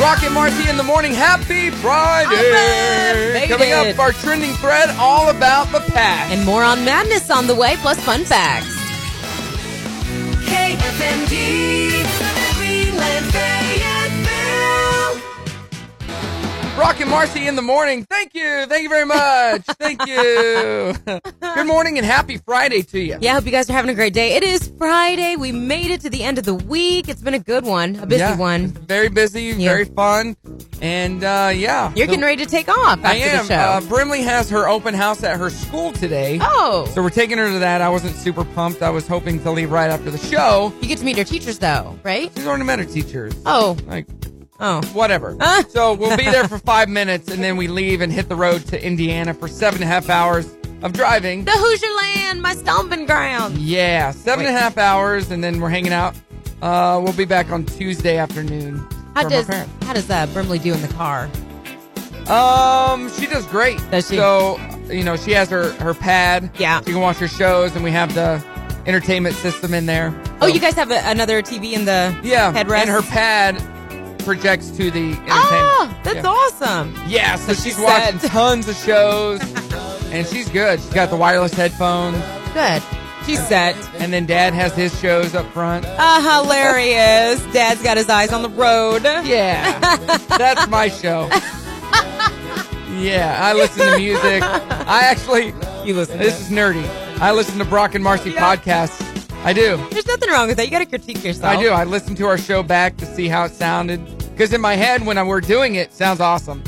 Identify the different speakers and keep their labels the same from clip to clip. Speaker 1: Rocket Marcy in the morning. Happy Friday!
Speaker 2: Friday!
Speaker 1: Coming up, our trending thread all about the past.
Speaker 2: And more on madness on the way, plus fun facts.
Speaker 3: KFMD, Greenland, Fayetteville.
Speaker 1: Rocket Marcy in the morning. Thank you. Thank you very much. Thank you. Good morning and happy Friday to you.
Speaker 2: Yeah, I hope you guys are having a great day. It is Friday. We made it to the end of the week. It's been a good one, a busy
Speaker 1: Yeah.
Speaker 2: one.
Speaker 1: Very busy, very fun. And uh, yeah.
Speaker 2: You're
Speaker 1: So-
Speaker 2: getting ready to take off after
Speaker 1: I am.
Speaker 2: the show.
Speaker 1: Uh, Brimley has her open house at her school today.
Speaker 2: oh,
Speaker 1: So we're taking her to that. I wasn't super pumped. I was hoping to leave right after the show.
Speaker 2: you get to meet your teachers though, right?
Speaker 1: She's already met her teachers.
Speaker 2: Oh,
Speaker 1: Like,
Speaker 2: oh,
Speaker 1: whatever.
Speaker 2: Huh?
Speaker 1: so we'll be there for five minutes and then we leave and hit the road to Indiana for seven and a half hours of driving.
Speaker 2: the Hoosier Land, my stomping ground.
Speaker 1: Yeah, seven
Speaker 2: Wait.
Speaker 1: and a half hours and then we're hanging out. Uh, we'll be back on Tuesday afternoon.
Speaker 2: How
Speaker 1: from
Speaker 2: does
Speaker 1: her parents.
Speaker 2: how does uh, Brimley do in the car? Oh,
Speaker 1: Um, she does great.
Speaker 2: Does she?
Speaker 1: So, you know, she has her her pad.
Speaker 2: Yeah.
Speaker 1: She can watch her shows, and we have the entertainment system in there.
Speaker 2: Oh,
Speaker 1: So-
Speaker 2: you guys have a, another TV in the
Speaker 1: Yeah.
Speaker 2: headrest.
Speaker 1: And her pad projects to the entertainment.
Speaker 2: Oh, that's
Speaker 1: yeah.
Speaker 2: awesome.
Speaker 1: Yeah, so
Speaker 2: That's
Speaker 1: she's
Speaker 2: what she
Speaker 1: watching tons of shows, and she's good. She's got the wireless headphones,
Speaker 2: Good. She's set.
Speaker 1: and then Dad has his shows up front.
Speaker 2: Ah, hilarious. Dad's got his eyes on the road.
Speaker 1: Yeah, that's my show. Yeah, I listen to music. I actually,
Speaker 2: You listen.
Speaker 1: this is nerdy. I listen to Brock and Marcy
Speaker 2: Yeah.
Speaker 1: podcasts. I do.
Speaker 2: There's nothing wrong with that. You got to critique yourself.
Speaker 1: I do. I listen to our show back to see how it sounded. Because in my head, when I were doing it, sounds awesome.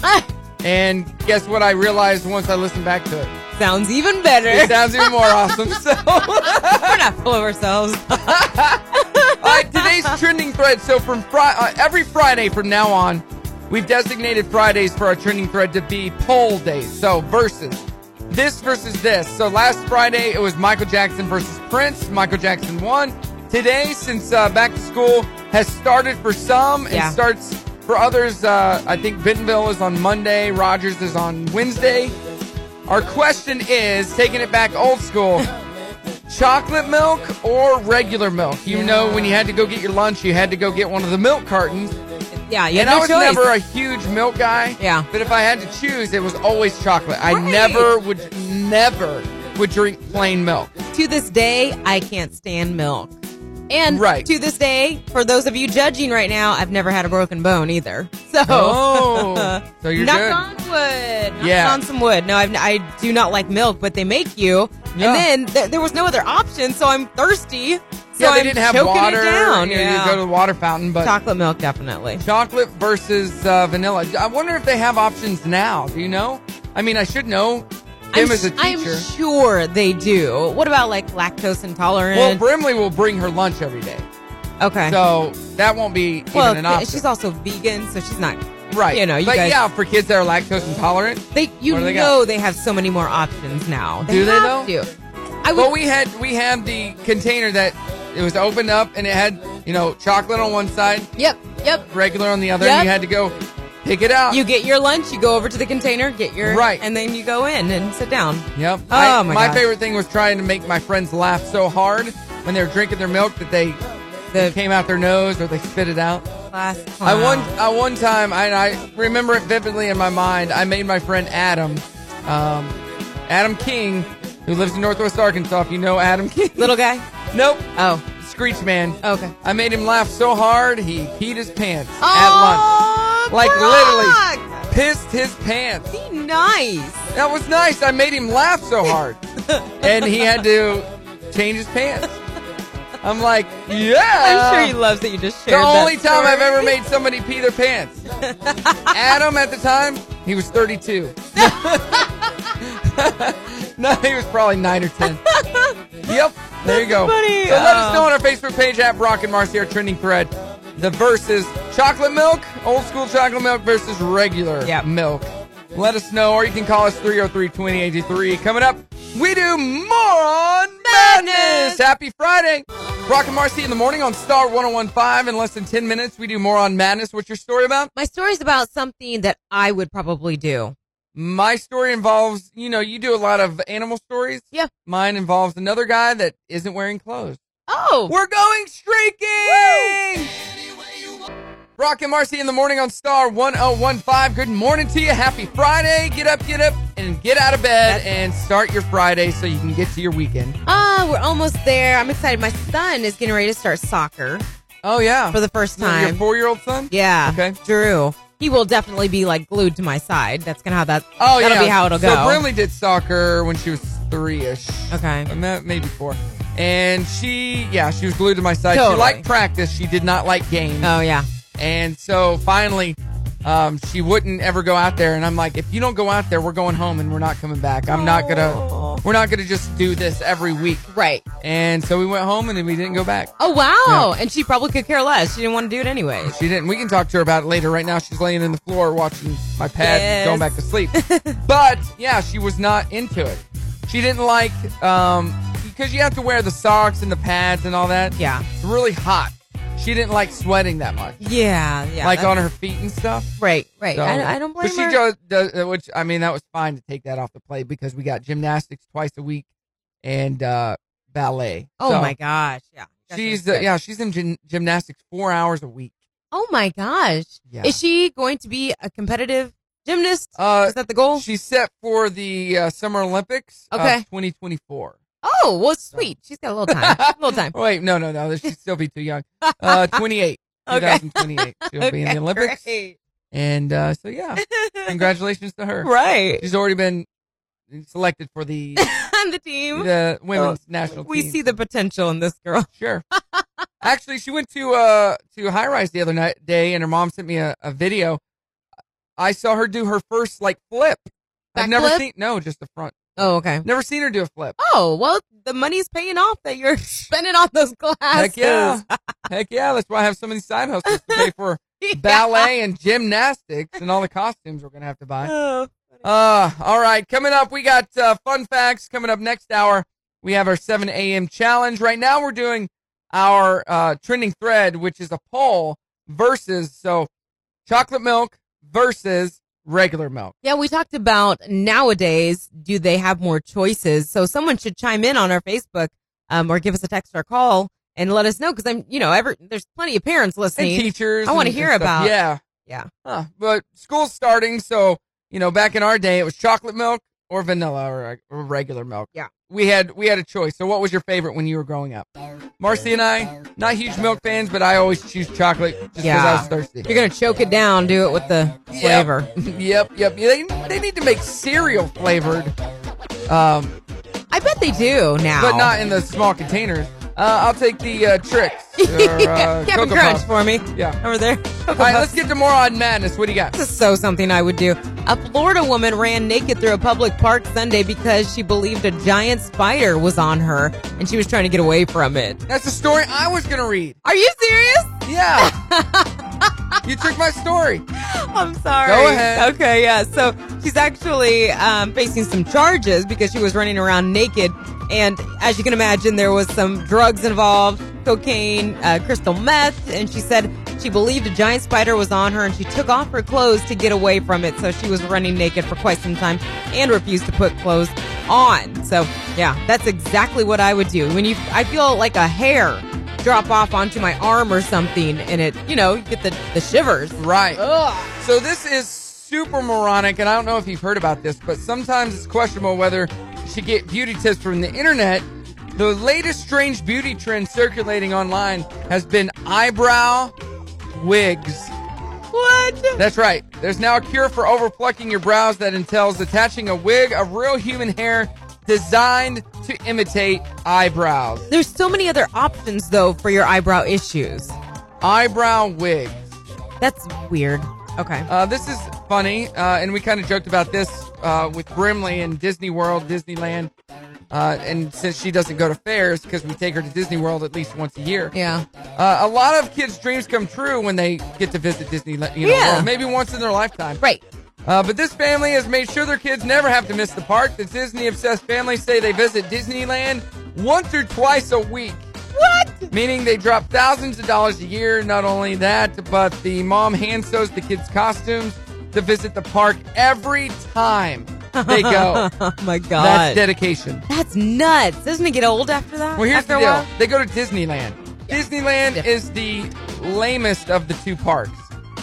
Speaker 1: And guess what I realized once I listened back to it?
Speaker 2: Sounds even better.
Speaker 1: It sounds even more awesome. So,
Speaker 2: We're not full of ourselves.
Speaker 1: All right, today's trending thread. So from Fri uh, every Friday from now on, we've designated Fridays for our trending thread to be poll days. So versus this versus this. So last Friday it was Michael Jackson versus Prince. Michael Jackson won. Today, since uh, back to school has started for some and
Speaker 2: Yeah.
Speaker 1: starts for others, uh, I think Bentonville is on Monday. Rogers is on Wednesday. Our question is taking it back old school. chocolate milk or regular milk. You know, when you had to go get your lunch, you had to go get one of the milk cartons.
Speaker 2: Yeah, you
Speaker 1: and
Speaker 2: had no
Speaker 1: I was
Speaker 2: choice.
Speaker 1: never a huge milk guy.
Speaker 2: Yeah.
Speaker 1: But if I had to choose, it was always chocolate. I
Speaker 2: Right.
Speaker 1: never would, never would drink plain milk.
Speaker 2: to this day, I can't stand milk. And
Speaker 1: Right.
Speaker 2: to this day, for those of you judging right now, I've never had a broken bone either. So, uh,
Speaker 1: Oh, so you're
Speaker 2: knock
Speaker 1: good.
Speaker 2: on wood. Knock
Speaker 1: Yeah.
Speaker 2: on some wood. No, I've, I do not like milk, but they make you.
Speaker 1: Yeah.
Speaker 2: And then th- there was no other option, so I'm thirsty. So
Speaker 1: yeah, they
Speaker 2: I'm
Speaker 1: didn't have
Speaker 2: choking
Speaker 1: water.
Speaker 2: It down.
Speaker 1: You, know, you
Speaker 2: yeah.
Speaker 1: go to the water fountain, but
Speaker 2: Chocolate milk, definitely.
Speaker 1: chocolate versus uh, vanilla. I wonder if they have options now. Do you know? I mean, I should know. Him
Speaker 2: I'm,
Speaker 1: as a
Speaker 2: s- I'm
Speaker 1: teacher.
Speaker 2: sure they do. What about like lactose
Speaker 1: well,
Speaker 2: intolerant?
Speaker 1: Brimley will bring her lunch every day.
Speaker 2: okay.
Speaker 1: So that won't be
Speaker 2: well,
Speaker 1: even an option.
Speaker 2: she's also vegan, so she's not.
Speaker 1: Right.
Speaker 2: You know, you
Speaker 1: but
Speaker 2: guys-
Speaker 1: yeah, for kids that are lactose intolerant.
Speaker 2: They, you
Speaker 1: What do they
Speaker 2: know, they have so many more options now.
Speaker 1: Do they,
Speaker 2: have
Speaker 1: though?
Speaker 2: to. I would.
Speaker 1: Well, we had we had the container that it was opened up and it had you know chocolate on one side,
Speaker 2: yep, yep.
Speaker 1: regular on the other.
Speaker 2: Yep.
Speaker 1: And you had to go pick it out.
Speaker 2: You get your lunch, you go over to the container, get your
Speaker 1: Right.
Speaker 2: and then you go in and sit down.
Speaker 1: Yep.
Speaker 2: Oh,
Speaker 1: I-
Speaker 2: my
Speaker 1: my
Speaker 2: God.
Speaker 1: favorite thing was trying to make my friends laugh so hard when they were drinking their milk that they
Speaker 2: The
Speaker 1: came out their nose or they spit it out.
Speaker 2: class.
Speaker 1: I one I one time, and I remember it vividly in my mind. I made my friend Adam, um, Adam King, who lives in Northwest Arkansas. If you know Adam King,
Speaker 2: little guy.
Speaker 1: nope,
Speaker 2: Oh,
Speaker 1: Screech Man.
Speaker 2: okay.
Speaker 1: I made him laugh so hard he peed his pants at
Speaker 2: oh,
Speaker 1: Like, literally.
Speaker 2: Brock!
Speaker 1: lunch. Pissed his pants.
Speaker 2: Be nice.
Speaker 1: That was nice. I made him laugh so hard. and he had to change his pants. I'm like, yeah.
Speaker 2: I'm sure he loves that you just
Speaker 1: Uh, the
Speaker 2: shared. that
Speaker 1: only time I've
Speaker 2: story.
Speaker 1: ever made somebody pee their pants. Adam at the time, he was 32. no, he was probably 9 or 10. Yep, there you go.
Speaker 2: funny.
Speaker 1: So let
Speaker 2: Oh.
Speaker 1: us know on our Facebook page at Brock and Marcy, our trending thread. The versus chocolate milk, old school chocolate milk versus regular
Speaker 2: Yep.
Speaker 1: milk. Let us know, or you can call us 303 2083. Coming up, we do more on Madness.
Speaker 2: Madness.
Speaker 1: Happy Friday. Brock and Marcy in the morning on Star 1015. In less than 10 minutes, we do more on Madness. What's your story about?
Speaker 2: My story's about something that I would probably do.
Speaker 1: My story involves, you know, you do a lot of animal stories.
Speaker 2: Yeah.
Speaker 1: Mine involves another guy that isn't wearing clothes.
Speaker 2: Oh,
Speaker 1: We're going streaking! Rock and Marcy in the morning on Star 1015. Good morning to you. Happy Friday. Get up, get up, and get out of bed and start your Friday so you can get to your weekend.
Speaker 2: Ah, we're almost there. I'm excited. My son is getting ready to start soccer
Speaker 1: Oh, yeah.
Speaker 2: for the first
Speaker 1: Your
Speaker 2: time.
Speaker 1: four year old son?
Speaker 2: Yeah.
Speaker 1: Okay.
Speaker 2: Drew. He will definitely be like glued to my side. That's kind of how that.
Speaker 1: Oh,
Speaker 2: that'll
Speaker 1: yeah.
Speaker 2: be how it'll
Speaker 1: so
Speaker 2: go.
Speaker 1: Brinley did soccer when she was three ish.
Speaker 2: Okay.
Speaker 1: And that maybe four. And she, yeah, she was glued to my side. She
Speaker 2: Totally.
Speaker 1: liked practice. She did not like games.
Speaker 2: Oh yeah.
Speaker 1: And so finally, um, she wouldn't ever go out there. And I'm like, if you don't go out there, we're going home and we're not coming back. I'm not
Speaker 2: Oh.
Speaker 1: gonna, we're not gonna just do this every week.
Speaker 2: Right.
Speaker 1: And so we went home and then we didn't go back.
Speaker 2: Oh wow. And she probably could care less. She didn't want to do it anyways.
Speaker 1: She didn't. We can talk to her about it later. Right now, she's laying in the floor watching my pad,
Speaker 2: Yes.
Speaker 1: going back to sleep. but yeah, she was not into it. She didn't like um because you have to wear the socks and the pads and all that.
Speaker 2: Yeah.
Speaker 1: it's really hot. She didn't like sweating that much,
Speaker 2: Yeah. Yeah.
Speaker 1: like
Speaker 2: that-
Speaker 1: on her feet and stuff.
Speaker 2: Right. Right.
Speaker 1: So-
Speaker 2: I, I don't blame
Speaker 1: but she
Speaker 2: her.
Speaker 1: Does, does, uh, which I mean, that was fine to take that off the plate because we got gymnastics twice a week and uh ballet.
Speaker 2: oh
Speaker 1: So
Speaker 2: my gosh. Yeah. That
Speaker 1: She's
Speaker 2: sounds
Speaker 1: uh,
Speaker 2: good.
Speaker 1: yeah, she's in gym- gymnastics four hours a week.
Speaker 2: Oh my gosh.
Speaker 1: Yeah.
Speaker 2: Is she going to be a competitive gymnast?
Speaker 1: Uh,
Speaker 2: Is that the goal?
Speaker 1: She's set for the uh, Summer Olympics
Speaker 2: Okay.
Speaker 1: of 2024.
Speaker 2: oh well, sweet. She's got a little time. a little time.
Speaker 1: Oh, Wait, no, no, no. She'd still be too young. Uh, 28.
Speaker 2: Okay.
Speaker 1: 2028. She'll be in
Speaker 2: Okay,
Speaker 1: the Olympics.
Speaker 2: great.
Speaker 1: And uh, so, yeah, congratulations to her.
Speaker 2: right.
Speaker 1: She's already been selected for the,
Speaker 2: On the team.
Speaker 1: the women's national
Speaker 2: Uh, We
Speaker 1: team.
Speaker 2: see the potential in this girl.
Speaker 1: Sure. Actually, she went to uh to high rise the other night day, and her mom sent me a, a video. I saw her do her first like flip. I've
Speaker 2: Back
Speaker 1: never
Speaker 2: flip?
Speaker 1: seen no, just the front.
Speaker 2: Oh, okay.
Speaker 1: Never seen her do a flip.
Speaker 2: Oh, well, the money's paying off that you're spending on those glasses.
Speaker 1: Heck yeah. Heck yeah. That's why I have so many side hustles to pay for
Speaker 2: Yeah.
Speaker 1: ballet and gymnastics and all the costumes we're going to have to buy.
Speaker 2: Oh.
Speaker 1: Uh, all right. Coming up, we got uh, fun facts coming up next hour. We have our 7 a.m. challenge. Right now, we're doing our uh, trending thread, which is a poll versus, so chocolate milk versus regular milk.
Speaker 2: Yeah, we talked about nowadays, do they have more choices? So someone should chime in on our Facebook um, or give us a text or call and let us know because I'm, you know, every, there's plenty of parents
Speaker 1: and
Speaker 2: listening.
Speaker 1: teachers.
Speaker 2: I wanna
Speaker 1: and-
Speaker 2: hear
Speaker 1: and stuff.
Speaker 2: about-
Speaker 1: Yeah,
Speaker 2: Yeah.
Speaker 1: Huh. But school's starting, so you know, back in our day, it was chocolate milk or vanilla or, or regular milk.
Speaker 2: Yeah.
Speaker 1: we had we had a choice. So, what was your favorite when you were growing up? Marcy and I, not huge milk fans, but I always choose chocolate just because I
Speaker 2: Yeah.
Speaker 1: was thirsty.
Speaker 2: You're going to choke it down, do it with the
Speaker 1: Yep.
Speaker 2: flavor.
Speaker 1: yep, yep. They, they need to make cereal flavored, um,
Speaker 2: I bet they do now.
Speaker 1: but not in the small containers. Uh, I'll take the uh, tricks. Or, uh,
Speaker 2: Captain
Speaker 1: Cocoa
Speaker 2: Crunch
Speaker 1: Puffs.
Speaker 2: for me
Speaker 1: Yeah.
Speaker 2: over there.
Speaker 1: All right, let's get to more on madness. What do you got?
Speaker 2: This is so something I would do. A Florida woman ran naked through a public park Sunday because she believed a giant spider was on her and she was trying to get away from it.
Speaker 1: That's the story I was gonna read.
Speaker 2: Are you serious?
Speaker 1: Yeah. you took my story.
Speaker 2: I'm sorry.
Speaker 1: Go ahead.
Speaker 2: Okay, yeah. So she's actually um, facing some charges because she was running around naked. And as you can imagine, there was some drugs involved cocaine, uh, crystal meth. And she said she believed a giant spider was on her and she took off her clothes to get away from it. So she was running naked for quite some time and refused to put clothes on. So, yeah, that's exactly what I would do. When you, I feel like a hair drop off onto my arm or something and it, you know, you get the, the shivers.
Speaker 1: Right.
Speaker 2: Ugh.
Speaker 1: So this is super moronic, and I don't know if you've heard about this, but sometimes it's questionable whether you should get beauty tips from the internet. The latest strange beauty trend circulating online has been eyebrow wigs.
Speaker 2: What?
Speaker 1: That's right. There's now a cure for overplucking your brows that entails attaching a wig of real human hair designed to imitate eyebrows.
Speaker 2: There's so many other options though for your eyebrow issues.
Speaker 1: Eyebrow wigs.
Speaker 2: That's weird. Okay.
Speaker 1: Uh, this is funny, uh, and we kind of joked about this uh, with Brimley in Disney World, Disneyland. Uh, and since she doesn't go to fairs, because we take her to Disney World at least once a year,
Speaker 2: Yeah.
Speaker 1: uh, a lot of kids' dreams come true when they get to visit Disneyland. You know,
Speaker 2: Yeah.
Speaker 1: World, maybe once in their lifetime.
Speaker 2: Right.
Speaker 1: Uh, but this family has made sure their kids never have to miss the park. The Disney obsessed families say they visit Disneyland once or twice a week. What? Meaning they drop thousands of dollars a year. Not only that, but the mom hand sews the kids' costumes to visit the park every time they go.
Speaker 2: oh my
Speaker 1: That's
Speaker 2: god. That's,
Speaker 1: dedication.
Speaker 2: nuts. Doesn't it get old after that?
Speaker 1: Well, here's
Speaker 2: after
Speaker 1: the
Speaker 2: a
Speaker 1: deal
Speaker 2: while?
Speaker 1: they go to Disneyland. Disneyland
Speaker 2: Different.
Speaker 1: is the lamest of the two parks.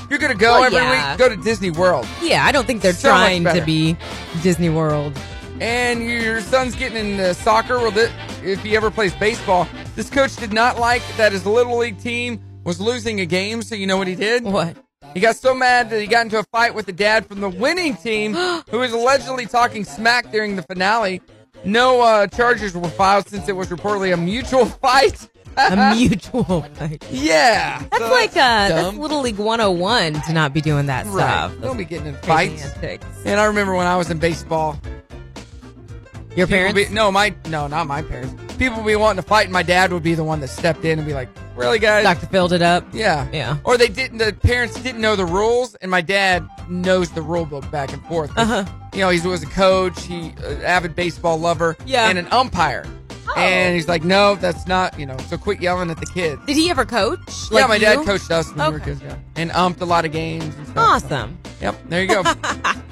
Speaker 1: You're gonna go
Speaker 2: Well,
Speaker 1: every
Speaker 2: yeah.
Speaker 1: week, go to Disney World,
Speaker 2: Yeah, I don't think they're
Speaker 1: So much
Speaker 2: trying to
Speaker 1: better.
Speaker 2: be Disney World.
Speaker 1: and your son's getting into soccer. Well, thi- if he ever plays baseball, this coach did not like that his little league team was losing a game. So you know what he did?
Speaker 2: What?
Speaker 1: He got so mad that he got into a fight with the dad from the winning team, who was allegedly talking smack during the finale. No uh, charges were filed since it was reportedly a mutual fight.
Speaker 2: A mutual fight.
Speaker 1: yeah,
Speaker 2: That's like uh, that's
Speaker 1: dumb.
Speaker 2: Little League 101 to not be doing that
Speaker 1: right.
Speaker 2: stuff.
Speaker 1: Don't be getting in
Speaker 2: Crazy
Speaker 1: fights.
Speaker 2: antics.
Speaker 1: And I remember when I was in baseball.
Speaker 2: Your
Speaker 1: people Be,
Speaker 2: parents?
Speaker 1: no, my no, not my parents. People would be wanting to fight, and my dad would be the one that stepped in and be like, "Really, guys?
Speaker 2: Dr. Filled it up.
Speaker 1: Yeah,
Speaker 2: Yeah.
Speaker 1: Or they didn't. The parents didn't know the rules, and my dad knows the rule book back and forth.
Speaker 2: Uh-huh.
Speaker 1: You know, he was a coach, he uh, avid baseball lover,
Speaker 2: Yeah. Oh.
Speaker 1: and an umpire. And he's like, "No, that's not. You know, so quit yelling at the kids."
Speaker 2: Did he ever coach?
Speaker 1: yeah,
Speaker 2: Like
Speaker 1: my
Speaker 2: you?
Speaker 1: dad coached us when we were
Speaker 2: Okay.
Speaker 1: kids, yeah, and umped a lot of games. And stuff.
Speaker 2: Awesome.
Speaker 1: Yep, there you go.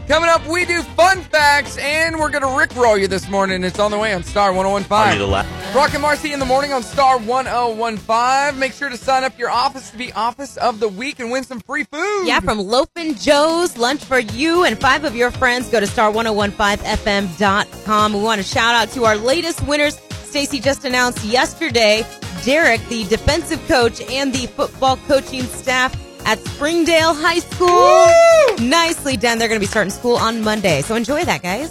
Speaker 1: Coming up, we do fun facts, and we're going to Rickroll you this morning. It's on the way on Star 1015. Brock and Marcy in the morning on Star 1015. Make sure to sign up your office to be Office of the Week and win some free food.
Speaker 2: Yeah, from Loafin' Joe's, lunch for you and five of your friends. Go to star1015fm.com. We want to shout out to our latest winners. Stacy just announced yesterday Derek, the defensive coach and the football coaching staff at Springdale High School. Nicely done. They're going to be starting school on Monday. So enjoy that, guys.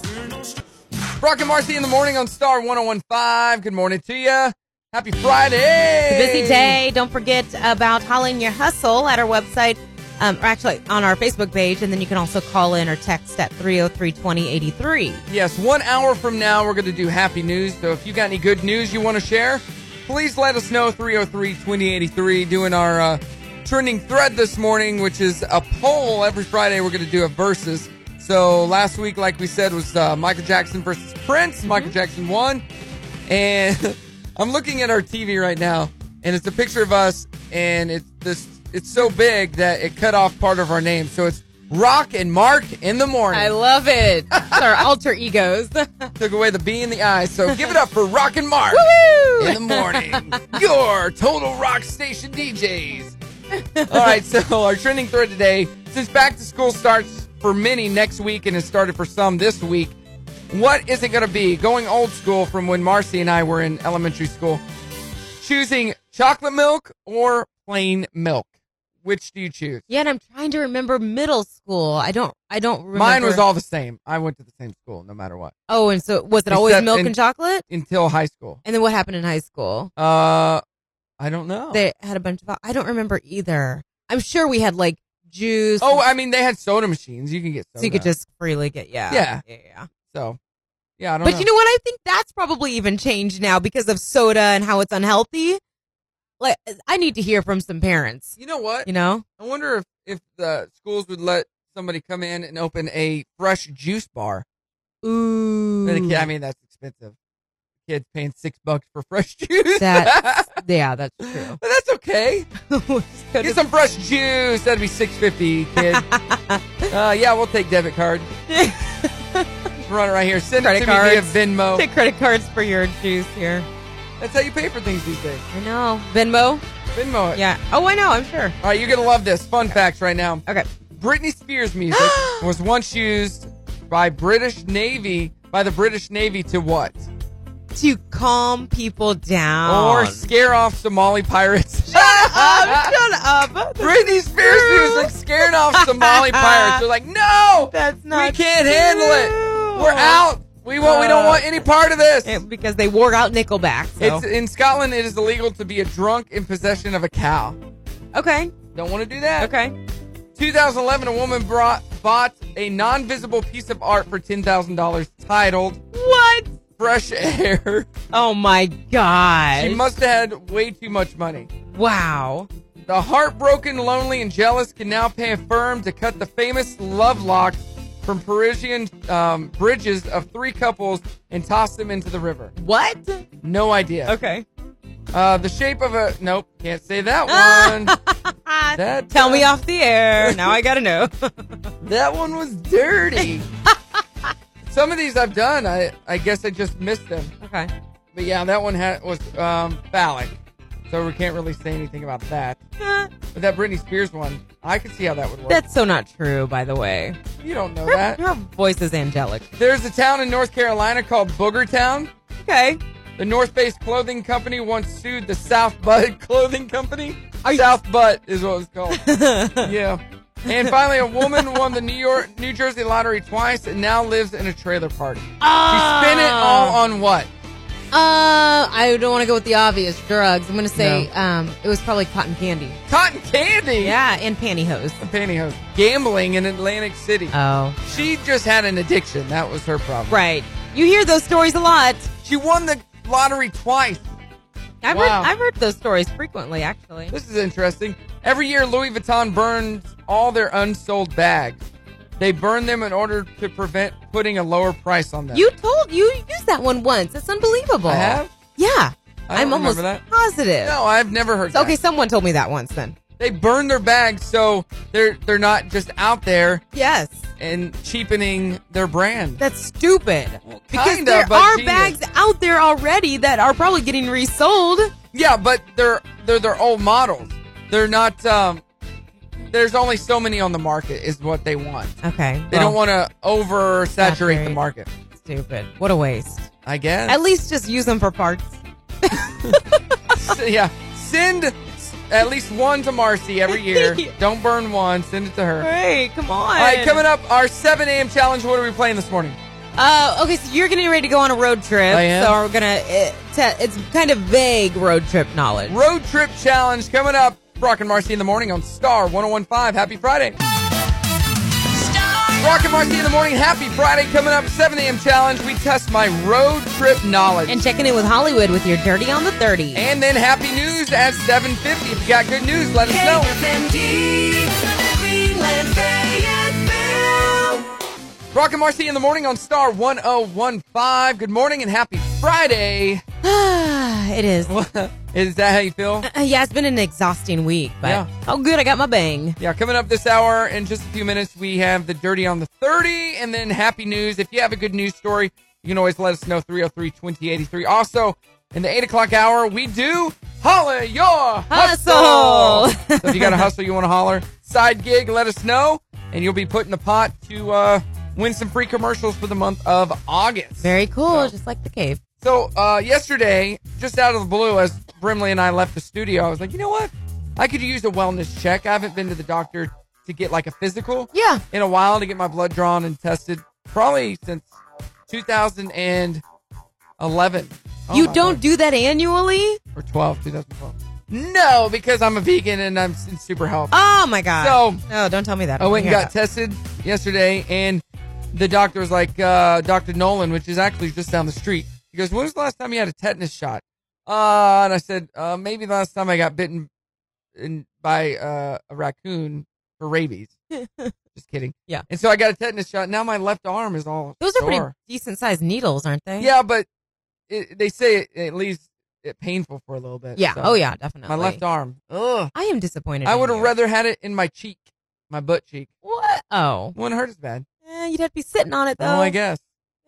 Speaker 1: Brock and Marcy in the morning on Star 1015. Good morning to you. Happy Friday.
Speaker 2: busy day. Don't forget about hollering your hustle at our website, um, or actually on our Facebook page, and then you can also call in or text at 303 2083.
Speaker 1: Yes, one hour from now, we're going to do happy news. So if you got any good news you want to share, please let us know 303 2083. Doing our uh, trending thread this morning, which is a poll. Every Friday, we're going to do a versus. So last week, like we said, was uh, Michael Jackson versus Prince. Michael Jackson won. And I'm looking at our TV right now, and it's a picture of us, and it's this. It's so big that it cut off part of our name. So it's Rock and Mark in the morning.
Speaker 2: love it. It's our alter egos.
Speaker 1: Took away the B in the eye, so give it up for Rock and Mark in the morning. Your total rock station DJs. All right, so our trending thread today: since back to school starts for many next week and has started for some this week, what is it going to be? Going old school from when Marcy and I were in elementary school, choosing chocolate milk or plain milk. Which do you choose?
Speaker 2: Yet I'm trying to remember middle school. I don't. I don't remember.
Speaker 1: Mine was all the same. I went to the same school, no matter what,
Speaker 2: Oh, and so was it always
Speaker 1: Except
Speaker 2: milk
Speaker 1: in-
Speaker 2: and chocolate?
Speaker 1: until high school.
Speaker 2: And then what happened in high school?
Speaker 1: Uh, I don't know.
Speaker 2: They had a bunch of. I don't remember either. I'm sure we had like juice.
Speaker 1: Oh, I mean, they had soda machines. You can get soda.
Speaker 2: so you could just freely get yeah
Speaker 1: Yeah.
Speaker 2: yeah. yeah.
Speaker 1: so, yeah. I don't
Speaker 2: But
Speaker 1: know.
Speaker 2: you know what? I think that's probably even changed now because of soda and how it's unhealthy. Like, I need to hear from some parents.
Speaker 1: you know what?
Speaker 2: You know,
Speaker 1: I wonder if if the schools would let somebody come in and open a fresh juice bar.
Speaker 2: ooh,
Speaker 1: But again, I mean, that's expensive. Kids paying six bucks for fresh juice.
Speaker 2: That's yeah, that's true.
Speaker 1: but that's okay. Get some fresh juice. That'd be six fifty, kid. uh, yeah, we'll take debit card. Just run it right here. Send
Speaker 2: Credit
Speaker 1: it to me
Speaker 2: cards.
Speaker 1: via Venmo.
Speaker 2: Take credit cards for your juice here.
Speaker 1: That's how you pay for things these days.
Speaker 2: I know Venmo.
Speaker 1: Venmo it.
Speaker 2: Yeah. Oh, I know. I'm sure.
Speaker 1: All right, you're gonna love this. Fun facts right now.
Speaker 2: Okay.
Speaker 1: Britney Spears music was once used by British Navy by the British Navy to what?
Speaker 2: To calm people down.
Speaker 1: Or scare off Somali pirates.
Speaker 2: Ah. up, shut up.
Speaker 1: Britney Spears music scaring off Somali pirates. They're like, no,
Speaker 2: That's not.
Speaker 1: we can't handle it.
Speaker 2: true."
Speaker 1: We're out. We won't. we don't
Speaker 2: Uh,
Speaker 1: want any part of this.
Speaker 2: Eh, because they wore out Nickelback. So.
Speaker 1: It's in Scotland. It is illegal to be a drunk in possession of a cow.
Speaker 2: okay.
Speaker 1: Don't want to do that.
Speaker 2: Okay.
Speaker 1: 2011, a woman brought bought a non-visible piece of art for ten thousand dollars titled
Speaker 2: What?
Speaker 1: "Fresh Air."
Speaker 2: Oh my god.
Speaker 1: She must have had way too much money.
Speaker 2: wow.
Speaker 1: The heartbroken, lonely, and jealous can now pay a firm to cut the famous love lock from Parisian um, bridges of three couples and toss them into the river.
Speaker 2: What?
Speaker 1: No idea.
Speaker 2: Okay.
Speaker 1: Uh, the shape of a nope, can't say that one. That-
Speaker 2: Ah.
Speaker 1: uh,
Speaker 2: Tell me off the air. Now I gotta know.
Speaker 1: that one was dirty. Some of these I've done. I I guess I just missed them.
Speaker 2: okay.
Speaker 1: But yeah, that one had, was um, phallic, so we can't really say anything about that. But that Britney Spears one, I can see how that would work.
Speaker 2: That's so not true, by the way.
Speaker 1: you don't know
Speaker 2: Her,
Speaker 1: that.
Speaker 2: her voice is angelic.
Speaker 1: There's a town in North Carolina called Boogertown.
Speaker 2: Okay.
Speaker 1: The North Face Clothing Company once sued the South Butt Clothing Company.
Speaker 2: Are you-
Speaker 1: South Butt is what it's called. yeah. And finally, a woman won the New York, New Jersey lottery twice, and now lives in a trailer party.
Speaker 4: Ah.
Speaker 1: She spent it all on what?
Speaker 4: Uh, I don't want to go with the obvious drugs. I'm gonna say
Speaker 1: No.
Speaker 4: um, it was probably cotton candy.
Speaker 1: Cotton candy.
Speaker 2: Yeah, and pantyhose.
Speaker 1: Pantyhose. Gambling in Atlantic City.
Speaker 2: Oh.
Speaker 1: she just had an addiction. That was her problem.
Speaker 2: Right. You hear those stories a lot.
Speaker 1: She won the lottery twice.
Speaker 2: I've,
Speaker 1: Wow.
Speaker 2: heard, I've heard those stories frequently, actually.
Speaker 1: This is interesting. Every year, Louis Vuitton burns all their unsold bags. They burn them in order to prevent putting a lower price on them.
Speaker 4: You told you used that one once. That's unbelievable.
Speaker 1: I have?
Speaker 2: Yeah.
Speaker 1: I don't
Speaker 2: I'm almost
Speaker 1: remember
Speaker 2: positive.
Speaker 1: No, I've never heard.
Speaker 2: So, okay,
Speaker 1: that.
Speaker 2: someone told me that once then.
Speaker 1: they burn their bags so they're they're not just out there
Speaker 2: Yes.
Speaker 1: and cheapening their brand.
Speaker 2: That's stupid.
Speaker 1: Well,
Speaker 2: because
Speaker 1: kinda,
Speaker 2: there
Speaker 1: but
Speaker 2: are
Speaker 1: she is.
Speaker 2: bags out there already that are probably getting resold.
Speaker 1: Yeah, but they're they're their old models. They're not. Um, there's only so many on the market is what they want.
Speaker 2: Okay.
Speaker 1: They don't want to oversaturate
Speaker 2: Saturate.
Speaker 1: the market.
Speaker 2: stupid. What a waste.
Speaker 1: I guess.
Speaker 2: At least just use them for parts.
Speaker 1: S- yeah. Send s- at least one to Marcy every year. Don't burn one. Send it to her.
Speaker 2: Hey, come on.
Speaker 1: All right, coming up, our 7 a.m. challenge. What are we playing this morning?
Speaker 2: Uh, okay, so you're getting ready to go on a road trip.
Speaker 1: I am.
Speaker 2: So we're gonna. It, te- it's kind of vague road trip knowledge.
Speaker 1: Road trip challenge coming up. Brock and Marcy in the morning on Star 1015. Happy Friday. Brock and Marcy in the morning. Happy Friday. Coming up, 7 a.m. challenge. We test my road trip knowledge.
Speaker 2: And checking in with Hollywood with your dirty on the thirty.
Speaker 1: And then happy news at 750. If you got good news, let us know.
Speaker 3: KFMD, Greenland, Fayetteville.
Speaker 1: Brock and Marcy in the morning on Star 1015. Good morning and happy Friday.
Speaker 2: it is.
Speaker 1: Is that how you feel?
Speaker 2: Uh, yeah, it's been an exhausting week, but
Speaker 1: Yeah.
Speaker 2: oh, good, I got my bang.
Speaker 1: Yeah, coming up this hour in just a few minutes, we have the dirty on the 30 and then happy news. If you have a good news story, you can always let us know 303 2083. Also, in the 8 o'clock hour, we do holler your hustle.
Speaker 2: Hustle.
Speaker 1: so if you got a hustle you want to holler, side gig, let us know, and you'll be put in the pot to uh, win some free commercials for the month of August.
Speaker 2: Very cool,
Speaker 1: So-
Speaker 2: just like the cave.
Speaker 1: So uh, yesterday, just out of the blue, as Brimley and I left the studio, I was like, you know what? I could use a wellness check. I haven't been to the doctor to get like a physical
Speaker 4: Yeah.
Speaker 1: in a while to get my blood drawn and tested, probably since 2011. Oh,
Speaker 2: you
Speaker 1: my
Speaker 2: don't
Speaker 1: Lord.
Speaker 2: do that annually?
Speaker 1: or 12, 2012. No, because I'm a vegan and I'm s- super healthy.
Speaker 2: Oh my god.
Speaker 1: So-
Speaker 2: no, don't tell me that.
Speaker 1: I went and
Speaker 2: Yeah.
Speaker 1: got tested yesterday, and the doctor was like, uh, Dr. Nolan, which is actually just down the street. He goes, When was the last time you had a tetanus shot? Uh, and I said, uh, Maybe the last time I got bitten in, by uh, a raccoon for rabies. just kidding.
Speaker 2: Yeah.
Speaker 1: And so I got a tetanus shot. Now my left arm is all.
Speaker 2: Those are pretty
Speaker 1: sore.
Speaker 2: decent sized needles, aren't they?
Speaker 1: Yeah, but it, they say it, it leaves it painful for a little bit.
Speaker 2: Yeah.
Speaker 1: so.
Speaker 2: oh yeah, definitely.
Speaker 1: My left arm. Ugh.
Speaker 2: I am disappointed.
Speaker 1: I
Speaker 2: in
Speaker 1: would have
Speaker 2: you.
Speaker 1: rather had it in my cheek, my butt cheek.
Speaker 2: What? Oh,
Speaker 1: Wouldn't hurt as bad.
Speaker 2: Eh, you'd have to be sitting on it though.
Speaker 1: Oh, I guess.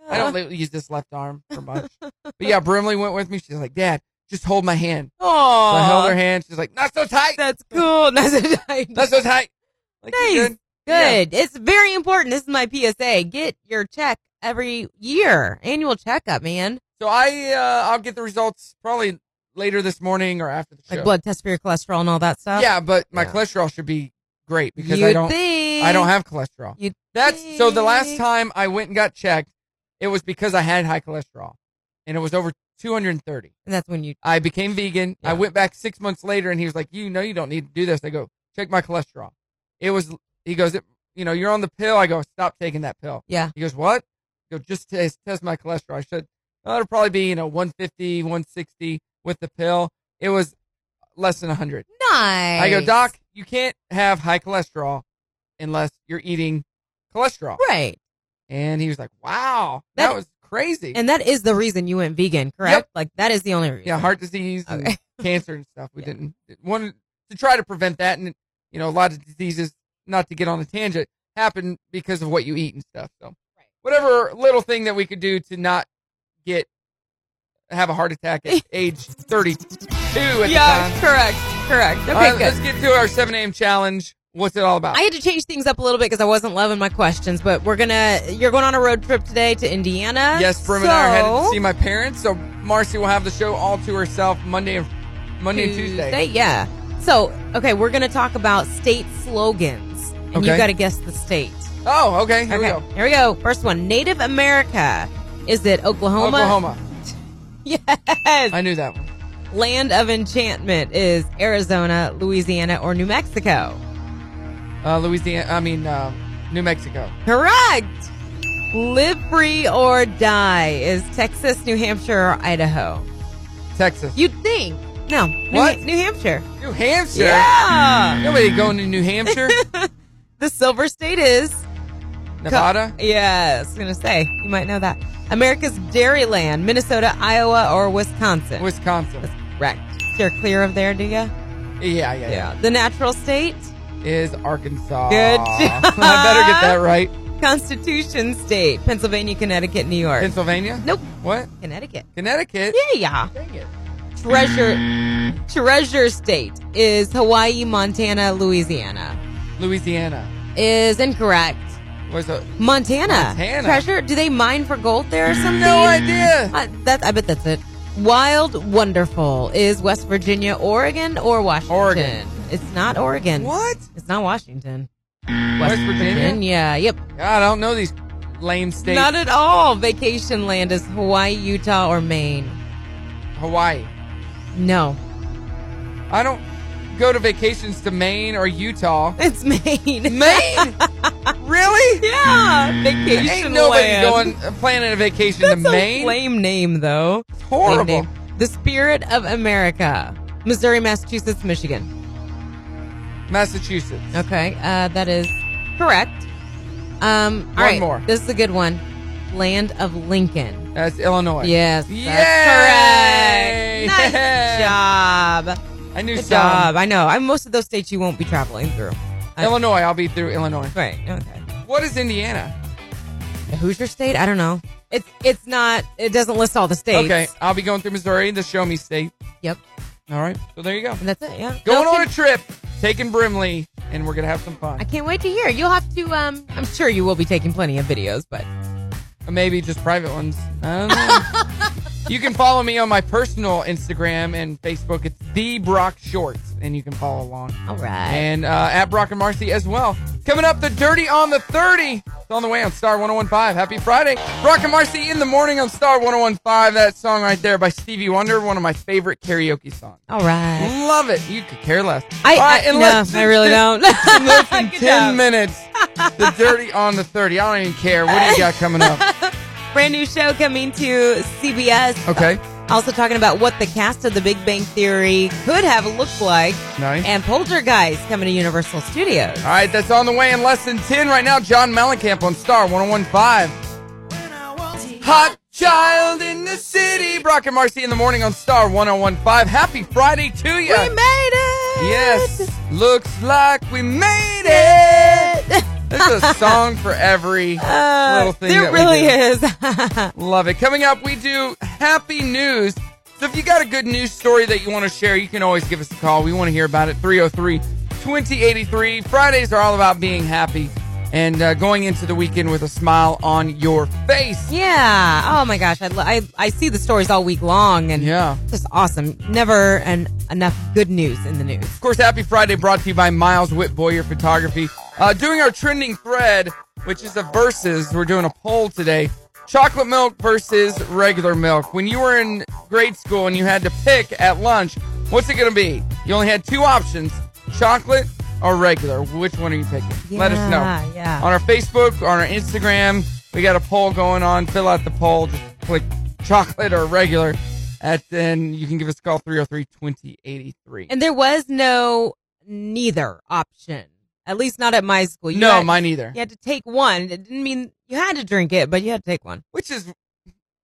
Speaker 1: I
Speaker 2: Uh,
Speaker 1: don't li- use this left arm for much. but yeah, Brimley went with me. She's like, Dad, just hold my hand. So I held her
Speaker 2: Oh,
Speaker 1: hand. She's like, Not so tight.
Speaker 2: that's cool. That's a nice.
Speaker 1: Not so tight. Like, "You
Speaker 2: Nice.
Speaker 1: good? Yeah.
Speaker 2: Good. It's very important. This is my PSA. Get your check every year. Annual checkup, man.
Speaker 1: So I, uh, I'll get the results probably later this morning or after the show.
Speaker 2: Like blood test for your cholesterol and all that stuff.
Speaker 1: yeah, but my
Speaker 2: Yeah.
Speaker 1: cholesterol should be great because
Speaker 2: You'd
Speaker 1: I don't,
Speaker 2: think.
Speaker 1: I don't have cholesterol.
Speaker 2: You'd
Speaker 1: That's so. The last
Speaker 2: think.
Speaker 1: time I went and got checked, it was because I had high cholesterol, and it was over 230.
Speaker 2: And that's when you.
Speaker 1: I became vegan. I
Speaker 2: Yeah.
Speaker 1: went back six months later, and he was like, "You know, you don't need to do this." I go, "Check my cholesterol." It was. He goes, it, "You know, you're on the pill." I go, "Stop taking that pill."
Speaker 2: Yeah.
Speaker 1: He goes, "What?" I go, "Just test, test my cholesterol." I should. Oh, it'll probably be you know 150, 160 with the pill. It was less than 100.
Speaker 2: Nice.
Speaker 1: I go, "Doc, you can't have high cholesterol unless you're eating cholesterol."
Speaker 2: Right.
Speaker 1: And he was like, "Wow, that,
Speaker 2: That-
Speaker 1: was crazy."
Speaker 2: And that is the reason you went vegan, correct?
Speaker 1: Yep.
Speaker 2: Like that is the only reason.
Speaker 1: yeah, heart disease and
Speaker 2: Okay.
Speaker 1: cancer and stuff. We
Speaker 2: Yeah.
Speaker 1: didn't wanted to try to prevent that, and you know, a lot of diseases. Not to get on a tangent, happen because of what you eat and stuff. So, whatever little thing that we could do to not get have a heart attack at age thirty-two at the time.
Speaker 2: correct. Correct. Okay,
Speaker 1: All right,
Speaker 2: good.
Speaker 1: Let's get to our seven a.m. challenge. What's it all about?
Speaker 2: I had to change things up a little bit because I wasn't loving my questions, but we're gonna. You're going on a road trip today to Indiana.
Speaker 1: yes, Brim and I are headed to
Speaker 2: So-
Speaker 1: see my parents, so Marcy will have the show all to herself Monday and Monday and Tuesday.
Speaker 2: Yeah. So, okay, we're going to talk about state slogans. And you
Speaker 1: Okay.
Speaker 2: got to guess the state.
Speaker 1: Oh, okay. Here
Speaker 2: okay.
Speaker 1: we go.
Speaker 2: Here we go. First one Native America. Is it Oklahoma?
Speaker 1: Oklahoma.
Speaker 2: Yes.
Speaker 1: I knew that one.
Speaker 2: Land of Enchantment is Arizona, Louisiana, or New Mexico.
Speaker 1: Uh, Louisiana. I mean, um, New Mexico.
Speaker 2: Correct. Live free or die is Texas, New Hampshire, or Idaho.
Speaker 1: Texas.
Speaker 2: You'd think. No. New-
Speaker 1: What?
Speaker 2: New, Hampshire.
Speaker 1: New Hampshire.
Speaker 2: Yeah.
Speaker 1: Nobody going to New Hampshire,
Speaker 2: The silver state is
Speaker 1: Nevada.
Speaker 2: Yeah, I was gonna say you might know that. America's Dairyland, Minnesota, Iowa, or Wisconsin.
Speaker 1: Wisconsin.
Speaker 2: Correct. You're clear of there, do you?
Speaker 1: Yeah, yeah, yeah.
Speaker 2: The natural state,
Speaker 1: Is Arkansas.
Speaker 2: Good
Speaker 1: I better get that right.
Speaker 2: Constitution state, Pennsylvania, Connecticut, New York.
Speaker 1: Pennsylvania?
Speaker 2: Nope.
Speaker 1: What?
Speaker 2: Connecticut.
Speaker 1: Connecticut?
Speaker 2: Yeah, yeah.
Speaker 1: Dang it.
Speaker 2: Treasure, treasure state is Hawaii, Montana, Louisiana.
Speaker 1: Louisiana.
Speaker 2: Is incorrect.
Speaker 1: Where's the.
Speaker 2: Montana.
Speaker 1: Montana.
Speaker 2: Treasure. Do they mine for gold there or something?
Speaker 1: No idea.
Speaker 2: I, that, I bet that's it. Wild Wonderful is West Virginia, Oregon, or Washington?
Speaker 1: Oregon.
Speaker 2: It's not Oregon.
Speaker 1: What?
Speaker 2: It's not Washington.
Speaker 1: West Virginia?
Speaker 2: Virginia. Yep.
Speaker 1: God, I don't know these lame states.
Speaker 2: Not at all. Vacation land is Hawaii, Utah, or Maine.
Speaker 1: Hawaii.
Speaker 2: No,
Speaker 1: I don't go to vacations to Maine or Utah.
Speaker 2: it's Maine.
Speaker 1: Maine? really?
Speaker 2: yeah. Vacation
Speaker 1: Ain't nobody
Speaker 2: land.
Speaker 1: going uh, planning a vacation
Speaker 2: That's
Speaker 1: to
Speaker 2: a
Speaker 1: Maine.
Speaker 2: lame name, though.
Speaker 1: It's
Speaker 2: Lame
Speaker 1: horrible.
Speaker 2: name. The spirit of America. Missouri, Massachusetts, Michigan.
Speaker 1: Massachusetts.
Speaker 2: Okay, uh, that is correct. Um,
Speaker 1: One
Speaker 2: all right,
Speaker 1: more.
Speaker 2: This is a good one. Land of Lincoln.
Speaker 1: That's Illinois.
Speaker 2: Yes,
Speaker 1: Yay!
Speaker 2: that's correct. Nice
Speaker 1: Yeah.
Speaker 2: job.
Speaker 1: I knew
Speaker 2: Good
Speaker 1: some.
Speaker 2: job. I know. I'm most of those states you won't be traveling through. I-
Speaker 1: Illinois. I'll be through Illinois.
Speaker 2: Right. Okay.
Speaker 1: What is Indiana?
Speaker 2: The Hoosier State. I don't know. It's it's not. It doesn't list all the states.
Speaker 1: Okay, I'll be going through Missouri, the Show Me State.
Speaker 2: Yep.
Speaker 1: All right, so there you go.
Speaker 2: And that's it. Yeah.
Speaker 1: Going
Speaker 2: No,
Speaker 1: on a trip, taking Brimley, and we're gonna have some
Speaker 2: I
Speaker 1: fun.
Speaker 2: can't wait to hear. You'll have to. Um, I'm sure you will be taking plenty of videos, but
Speaker 1: Maybe just private ones. I don't know. you can follow me on my personal Instagram and Facebook. It's the Brock Shorts, and you can follow along.
Speaker 2: all right.
Speaker 1: And uh, at Brock and Marcy as well. Coming up, the Dirty on the 30. It's on the way on Star 1015. Happy Friday. Brock and Marcy in the morning on Star 1015. That song right there by Stevie Wonder, one of my favorite karaoke songs.
Speaker 2: All right.
Speaker 1: Love it. You could care less.
Speaker 2: I,
Speaker 1: All right,
Speaker 2: I,
Speaker 1: in
Speaker 2: no,
Speaker 1: less than
Speaker 2: I really don't.
Speaker 1: less than 10
Speaker 2: Good job.
Speaker 1: minutes. The dirty on the 30. I don't even care. What do you got coming up?
Speaker 2: Brand new show coming to CBS.
Speaker 1: Okay.
Speaker 2: Also talking about what the cast of The Big Bang Theory could have looked like,
Speaker 1: Nice.
Speaker 2: and Poltergeist coming to Universal Studios.
Speaker 1: All right, that's on the way in less than 10 right now. John Mellencamp on Star 1015. Hot child in the city. Brock and Marcy in the morning on Star 1015. Happy Friday to you.
Speaker 2: We made it.
Speaker 1: Yes. Looks like we made it. This is a song for every
Speaker 2: Uh,
Speaker 1: little thing.
Speaker 2: there
Speaker 1: that we
Speaker 2: really
Speaker 1: do.
Speaker 2: is.
Speaker 1: Love it. Coming up, we do happy news. So if you got a good news story that you want to share, you can always give us a call. We want to hear about it. 303 2083. Fridays are all about being happy and uh, going into the weekend with a smile on your face.
Speaker 2: yeah. Oh my gosh. I, lo- I I see the stories all week long, and
Speaker 1: Yeah.
Speaker 2: just awesome. Never an, enough good news in the news.
Speaker 1: Of course, Happy Friday brought to you by Miles Whit Boyer Photography. Uh, doing our trending thread, which is a versus. We're doing a poll today. Chocolate milk versus regular milk. When you were in grade school and you had to pick at lunch, what's it going to be? You only had two options chocolate or regular. Which one are you picking? Let us know.
Speaker 2: Yeah, yeah.
Speaker 1: On our Facebook, on our Instagram, we got a poll going on. Fill out the poll. Just click chocolate or regular. At then you can give us a call 303 2083.
Speaker 2: And there was no neither option. At least not at my school. You
Speaker 1: No,
Speaker 2: had,
Speaker 1: mine either.
Speaker 2: You had to take one. It didn't mean you had to drink it, but you had to take one.
Speaker 1: Which is,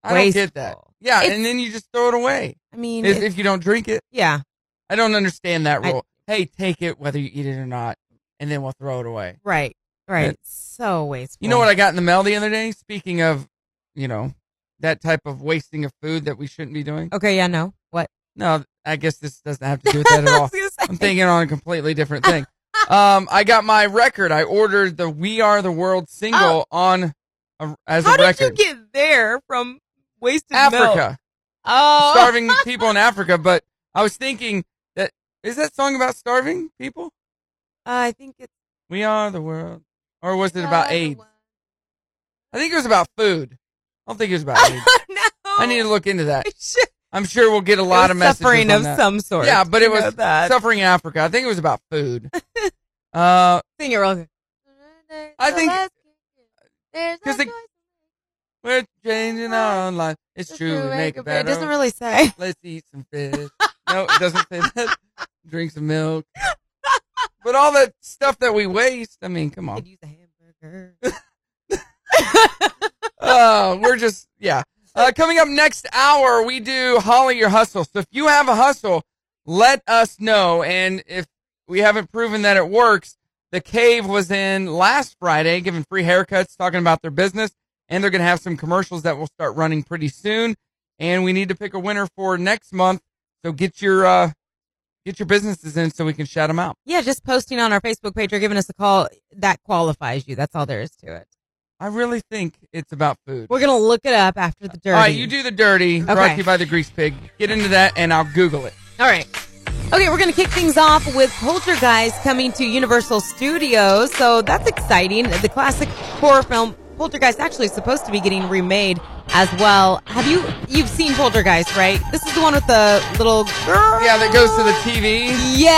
Speaker 1: I don't get that.
Speaker 2: Wasteful.
Speaker 1: Yeah,
Speaker 2: It's-
Speaker 1: and then you just throw it away
Speaker 2: I mean,
Speaker 1: if,
Speaker 2: it-
Speaker 1: if you don't drink it.
Speaker 2: yeah,
Speaker 1: I don't understand that
Speaker 2: I-
Speaker 1: rule. hey, take it whether you eat it or not, and then we'll throw it away.
Speaker 2: right, right.
Speaker 1: It-
Speaker 2: so wasteful.
Speaker 1: You know what I got in the mail the other day? Speaking of, you know, that type of wasting of food that we shouldn't be doing.
Speaker 2: okay, yeah, no. What?
Speaker 1: No, I guess this doesn't have to do with that at all.
Speaker 2: I was gonna say.
Speaker 1: I'm thinking on a completely different thing. um, I got my record. I ordered the "We Are the World" single on a, as
Speaker 2: Oh. How
Speaker 1: a
Speaker 2: did you
Speaker 1: record.
Speaker 2: get there from wasted milk?
Speaker 1: Africa,
Speaker 2: Oh,
Speaker 1: starving people in Africa. But I was thinking that is that song about starving people?
Speaker 2: I think it's
Speaker 1: We are the world, or was it about AIDS? I think it was about food. I don't think it was about AIDS.
Speaker 2: no.
Speaker 1: I need to look into that.
Speaker 2: Shit.
Speaker 1: I'm sure we'll get a
Speaker 2: It
Speaker 1: lot
Speaker 2: was
Speaker 1: of messages
Speaker 2: suffering
Speaker 1: on
Speaker 2: of
Speaker 1: that.
Speaker 2: some sort.
Speaker 1: Yeah, but it
Speaker 2: You know
Speaker 1: was
Speaker 2: that.
Speaker 1: suffering in Africa. I think it was about food. uh,
Speaker 4: Sing it real good.
Speaker 1: I think-
Speaker 4: There's
Speaker 1: 'cause
Speaker 4: no
Speaker 1: the-
Speaker 4: choice.
Speaker 1: we're changing our own life. It's
Speaker 4: Just
Speaker 1: true.
Speaker 4: to
Speaker 1: We
Speaker 4: make
Speaker 1: make
Speaker 4: a better-
Speaker 1: it better.
Speaker 2: It doesn't really say.
Speaker 1: Let's eat some fish. no, it doesn't say that. Drink some milk. But all that stuff that we waste, I mean, come
Speaker 2: I could
Speaker 1: on.
Speaker 2: use a hamburger.
Speaker 1: Uh, we're just, yeah. Uh, coming up next hour, we do Holly Your Hustle. So if you have a hustle, let us know. And if we haven't proven that it works, the cave was in last Friday giving free haircuts, talking about their business. And they're going to have some commercials that will start running pretty soon. And we need to pick a winner for next month. So get your, uh, get your businesses in so we can shout them out.
Speaker 2: yeah, just posting on our Facebook page or giving us a call that qualifies you. That's all there is to it.
Speaker 1: I really think it's about food.
Speaker 2: We're gonna look it up after the dirty.
Speaker 1: All right, you do the dirty, brought
Speaker 2: Okay.
Speaker 1: to you by the Grease Pig. Get into that and I'll Google it.
Speaker 2: All right. Okay, we're going to kick things off with Poltergeist coming to Universal Studios. So that's exciting. The classic horror film Poltergeist actually is supposed to be getting remade as well. Have you you've seen Poltergeist, right? This is the one with the little girl.
Speaker 1: Yeah, that goes to the TV.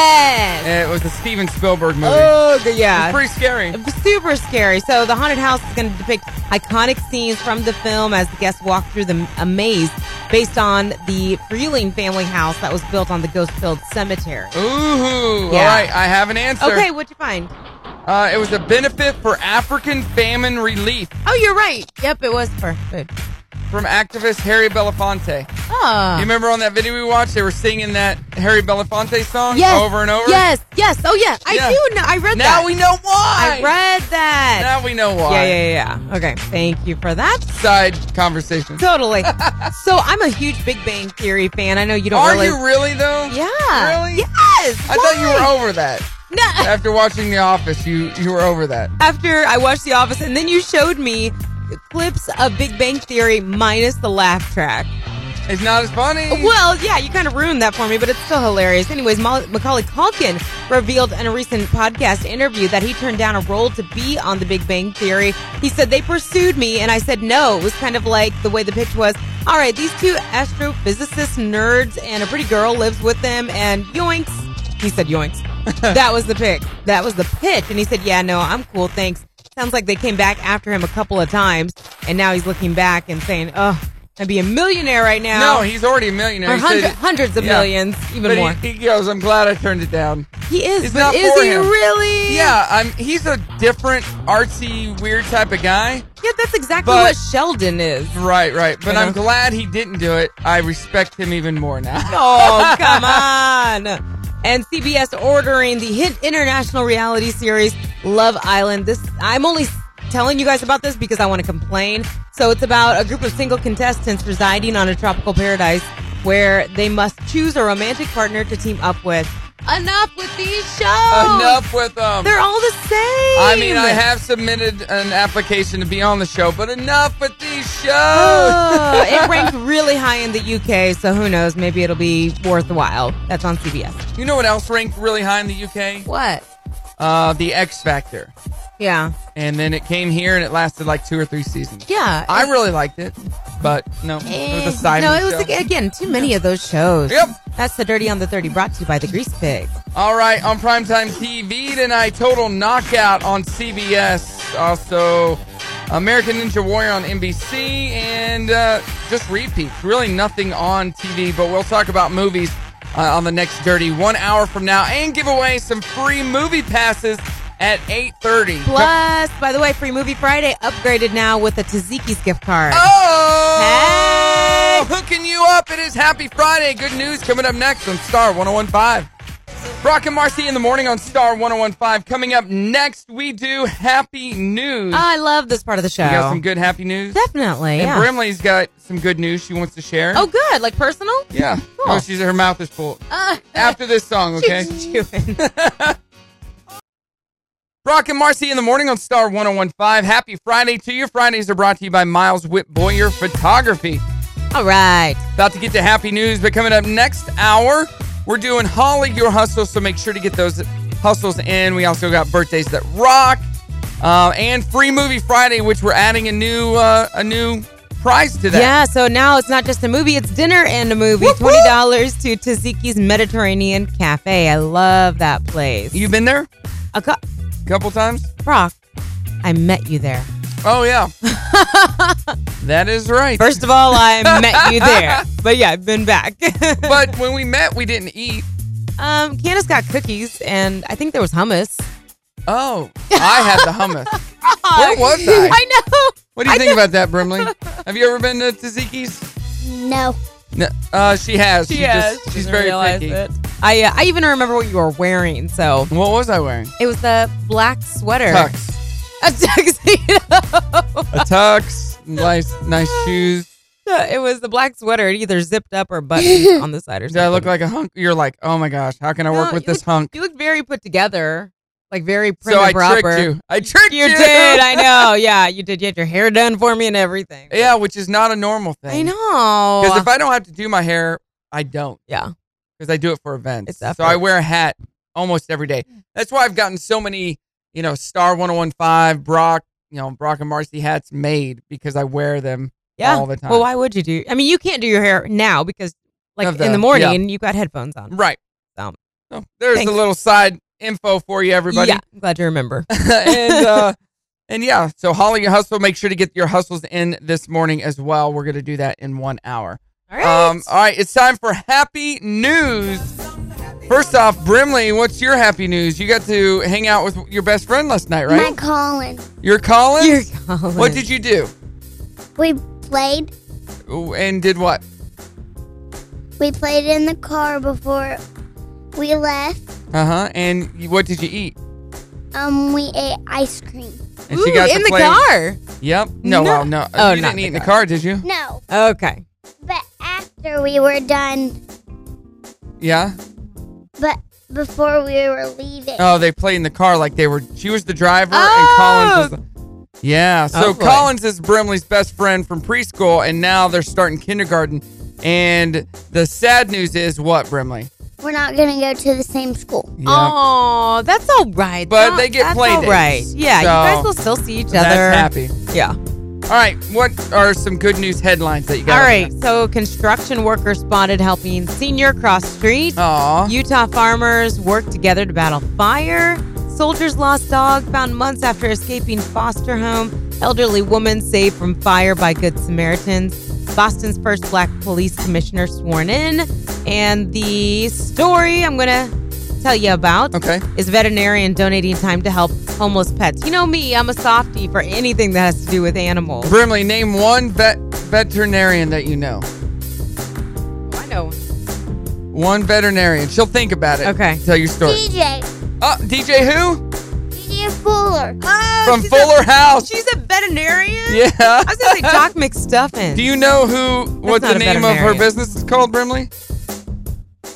Speaker 2: Yes.
Speaker 1: It was a Steven Spielberg movie.
Speaker 2: Oh, g-
Speaker 1: It's
Speaker 2: yeah.
Speaker 1: pretty scary.
Speaker 2: Super scary. So the haunted house is going to depict iconic scenes from the film as the guests walk through the a maze based on the Freeling family house that was built on the ghost-filled cemetery.
Speaker 1: Ooh, all
Speaker 2: Yeah.
Speaker 1: right, I have an answer.
Speaker 2: Okay, what'd you find?
Speaker 1: Uh, it was a benefit for African famine relief
Speaker 4: Oh, you're right. Yep, it was for food.
Speaker 1: from activist Harry Belafonte.
Speaker 4: Oh.
Speaker 2: Ah.
Speaker 1: You remember on that video we watched, they were singing that Harry Belafonte song
Speaker 4: yes.
Speaker 1: over and over?
Speaker 4: Yes, yes. Oh, yeah. I
Speaker 1: Yeah.
Speaker 4: do know. I read
Speaker 1: Now
Speaker 4: that.
Speaker 1: we know why.
Speaker 2: I read that.
Speaker 1: Now we know why.
Speaker 2: Yeah, yeah, yeah. Okay, thank you for that.
Speaker 1: Side conversation.
Speaker 2: Totally. so I'm a huge Big Bang Theory fan. I know you don't
Speaker 1: Are
Speaker 2: really.
Speaker 1: you really, though?
Speaker 2: yeah.
Speaker 1: Really?
Speaker 2: Yes.
Speaker 1: I thought you
Speaker 2: Why?
Speaker 1: were over that.
Speaker 2: No.
Speaker 1: After watching The Office, you, you were over that.
Speaker 2: After I watched The Office, and then you showed me clips of Big Bang Theory minus the laugh track.
Speaker 1: It's not as funny.
Speaker 2: Well, yeah, you kind of ruined that for me, but it's still hilarious. Anyways, Maul- Macaulay Culkin revealed in a recent podcast interview that he turned down a role to be on The Big Bang Theory. He said, They pursued me, and I said no. It was kind of like the way the pitch was all right, these two astrophysicist nerds and a pretty girl lives with them, and yoinks. He said, Yoinks. that was the pick. That was the pitch. And he said, Yeah, no, I'm cool. Thanks. Sounds like they came back after him a couple of times, and now he's looking back and saying, Oh, I'd be a millionaire right now.
Speaker 1: no, he's already a millionaire.
Speaker 2: Or
Speaker 1: He said-
Speaker 2: hundred, hundreds of
Speaker 1: yeah.
Speaker 2: millions, even
Speaker 1: But
Speaker 2: more.
Speaker 1: he, he goes, I'm glad I turned it down.
Speaker 2: He, is,
Speaker 1: it's
Speaker 2: but
Speaker 1: not
Speaker 2: is
Speaker 1: for
Speaker 2: he
Speaker 1: him.
Speaker 2: really?
Speaker 1: Yeah, I'm, he's a different, artsy, weird type of guy.
Speaker 2: Yeah, that's exactly
Speaker 1: But-
Speaker 2: what Sheldon is.
Speaker 1: Right, right. But I'm
Speaker 2: Uh-huh.
Speaker 1: glad he didn't do it. I respect him even more now.
Speaker 2: Oh, come on. And CBS ordering the hit international reality series Love Island. This I'm only telling you guys about this because I want to complain. So it's about a group of single contestants residing on a tropical paradise where they must choose a romantic partner to team up with.
Speaker 4: Enough with these shows.
Speaker 1: Enough with them.
Speaker 2: They're all the same.
Speaker 1: I mean, I have submitted an application to be on the show, but enough with these shows.
Speaker 2: Oh, it ranked really high in the UK, so who knows? Maybe it'll be worthwhile. That's on CBS.
Speaker 1: You know what else ranked really high in the UK?
Speaker 4: What?
Speaker 1: Uh, the X Factor.
Speaker 2: Yeah.
Speaker 1: And then it came here and it lasted like two or three seasons.
Speaker 4: Yeah.
Speaker 1: I really liked it, but no, it was a
Speaker 4: Eh,
Speaker 1: side
Speaker 4: No,
Speaker 1: of
Speaker 4: it
Speaker 1: the
Speaker 4: was
Speaker 1: show.
Speaker 4: like, again too many of those
Speaker 2: Shows.
Speaker 1: Yep.
Speaker 2: That's the Dirty on the 30 brought to you by the Grease Pig.
Speaker 1: All right, on primetime TV tonight, Total Knockout on CBS. Also, American Ninja Warrior on NBC, and uh, just repeats. Really nothing on TV, but we'll talk about movies uh, on the next Dirty one hour from now, and give away some free movie passes at eight thirty.
Speaker 2: Plus, by the way, Free Movie Friday upgraded now with a Tzatziki's gift card.
Speaker 1: Oh! Hooking you up. It is Happy Friday. Good news coming up next on Star 1015. Brock and Marcy in the morning on Star 1015. Coming up next, we do Happy News.
Speaker 2: I love this part of the show.
Speaker 1: you got some good Happy News?
Speaker 2: Definitely.
Speaker 1: And
Speaker 2: Oh. Yeah.
Speaker 1: Brimley's got some good news she wants to share.
Speaker 2: oh, Uh, good. Like personal?
Speaker 1: yeah. Oh, she's, her mouth is full.
Speaker 4: Uh,
Speaker 1: After this song, okay?
Speaker 2: Chewing.
Speaker 1: Brock and Marcy in the morning on Star 1015. Happy Friday to you. Fridays are brought to you by Miles Whip Boyer Photography.
Speaker 2: All right.
Speaker 1: About to get to happy news, but coming up next hour, we're doing Holly Your Hustle, so make sure to get those hustles in. We also got birthdays that rock, uh, and free movie Friday, which we're adding a new uh, a new prize to that.
Speaker 2: Yeah, so now it's not just a movie, it's dinner and a movie. $20 to Taziki's Mediterranean Cafe. I love that place.
Speaker 1: You been there
Speaker 2: a co-
Speaker 1: a couple times?
Speaker 2: Brock, I met you there.
Speaker 1: Oh yeah, that is right.
Speaker 2: First of all, I met you there. But yeah, I've been back.
Speaker 1: but when we met, we didn't eat.
Speaker 2: um, Candace got cookies and I think there was hummus.
Speaker 1: Oh, I had the hummus. Where was I?
Speaker 2: I know.
Speaker 1: What do you think about that, Brimley? Have you ever been to Taziki's?
Speaker 5: No.
Speaker 1: No, uh, she has. She,
Speaker 2: Yes,
Speaker 1: just, she's
Speaker 2: didn't
Speaker 1: very
Speaker 2: realize
Speaker 1: picky.
Speaker 2: it. I uh, I even remember what you were wearing. So
Speaker 1: What was I wearing?
Speaker 2: it was the black sweater,
Speaker 1: Tux.
Speaker 2: a tuxedo.
Speaker 1: A tux. nice, nice shoes.
Speaker 2: it was the black sweater, It either zipped up or buttoned on the side or
Speaker 1: Did
Speaker 2: something.
Speaker 1: I look like a hunk? You're like, oh my gosh, how can I work
Speaker 2: No,
Speaker 1: with
Speaker 2: you
Speaker 1: this hunk?
Speaker 2: You looked very put together, like very prim
Speaker 1: So I
Speaker 2: and proper.
Speaker 1: tricked you. I tricked you.
Speaker 2: You did. I know. Yeah, you did. You had your hair done for me and everything.
Speaker 1: yeah, which is not a normal thing.
Speaker 2: I know.
Speaker 1: Because if I don't have to do my hair, I don't.
Speaker 2: yeah.
Speaker 1: Because I do it for events.
Speaker 2: It's
Speaker 1: so I
Speaker 2: effort.
Speaker 1: wear a hat almost every day. That's why I've gotten so many, you know, Star 1015, Brock, you know, Brock and Marcy hats made because I wear them
Speaker 2: Yeah.
Speaker 1: all the time.
Speaker 2: Well, why would you do? I mean, you can't do your hair now because, like,
Speaker 1: Of the-
Speaker 2: in the morning, you've got headphones on.
Speaker 1: Right.
Speaker 2: Um,
Speaker 1: so there's
Speaker 2: thanks.
Speaker 1: a little side info for you, everybody.
Speaker 2: Yeah. I'm glad you remember.
Speaker 1: and uh, and yeah, so Holly, your hustle. Make sure to get your hustles in this morning as well. We're gonna do that in one hour.
Speaker 2: All right.
Speaker 1: Um, all right, it's time for happy news. First off, Brimley, what's your happy news? You got to hang out with your best friend last night,
Speaker 5: My
Speaker 1: right?
Speaker 5: Colin.
Speaker 1: You're Colin.
Speaker 2: You're calling.
Speaker 1: What did you do?
Speaker 5: We played.
Speaker 1: Ooh, And did what?
Speaker 5: We played in the car before we left.
Speaker 1: Uh huh. And you- what did you eat?
Speaker 5: Um, we ate ice cream.
Speaker 1: And
Speaker 2: Ooh, in the car.
Speaker 1: Yep. No,
Speaker 2: No.
Speaker 1: well, no.
Speaker 2: Oh,
Speaker 1: you
Speaker 2: not
Speaker 1: didn't eat
Speaker 2: in
Speaker 1: in
Speaker 2: the
Speaker 1: the car, did you?
Speaker 5: No,
Speaker 2: Okay.
Speaker 5: but after we were done,
Speaker 1: Yeah.
Speaker 5: but before we were leaving,
Speaker 1: Oh, they played in the car like they were. She was the driver,
Speaker 2: Oh.
Speaker 1: and Collins was. The, yeah, so
Speaker 2: Oh, boy.
Speaker 1: Collins is Brimley's best friend from preschool, and now they're starting kindergarten. And the sad news is what Brimley?
Speaker 5: we're not gonna go to the same school.
Speaker 1: Yeah,
Speaker 2: Oh, that's all right.
Speaker 1: But
Speaker 2: though.
Speaker 1: they get
Speaker 2: that's
Speaker 1: play
Speaker 2: all
Speaker 1: dates.
Speaker 2: right. Yeah, you
Speaker 1: So,
Speaker 2: guys will still see each other.
Speaker 1: that's happy.
Speaker 2: Yeah.
Speaker 1: All right, what are some good news headlines that you
Speaker 2: All
Speaker 1: got?
Speaker 2: right. So, construction worker spotted helping senior cross street.
Speaker 1: Aw,
Speaker 2: Utah farmers work together to battle fire. Soldiers lost dog found months after escaping foster home. Elderly woman saved from fire by Good Samaritans. Boston's first black police commissioner sworn in. And the story I'm going to tell you about
Speaker 1: okay.
Speaker 2: is veterinarian donating time to help homeless pets. You know me, I'm a softie for anything that has to do with animals.
Speaker 1: Brimley, name one vet veterinarian that you know.
Speaker 2: I know.
Speaker 1: One veterinarian. She'll think about it.
Speaker 2: Okay.
Speaker 1: Tell your story.
Speaker 5: DJ,
Speaker 1: Oh, DJ who?
Speaker 5: DJ Fuller.
Speaker 1: From Fuller House.
Speaker 2: She's a veterinarian?
Speaker 1: Yeah.
Speaker 2: I was going to say Doc McStuffin.
Speaker 1: Do you know who? What
Speaker 2: not
Speaker 1: the
Speaker 2: a
Speaker 1: name of her
Speaker 2: veterinarian.
Speaker 1: business is called, Brimley?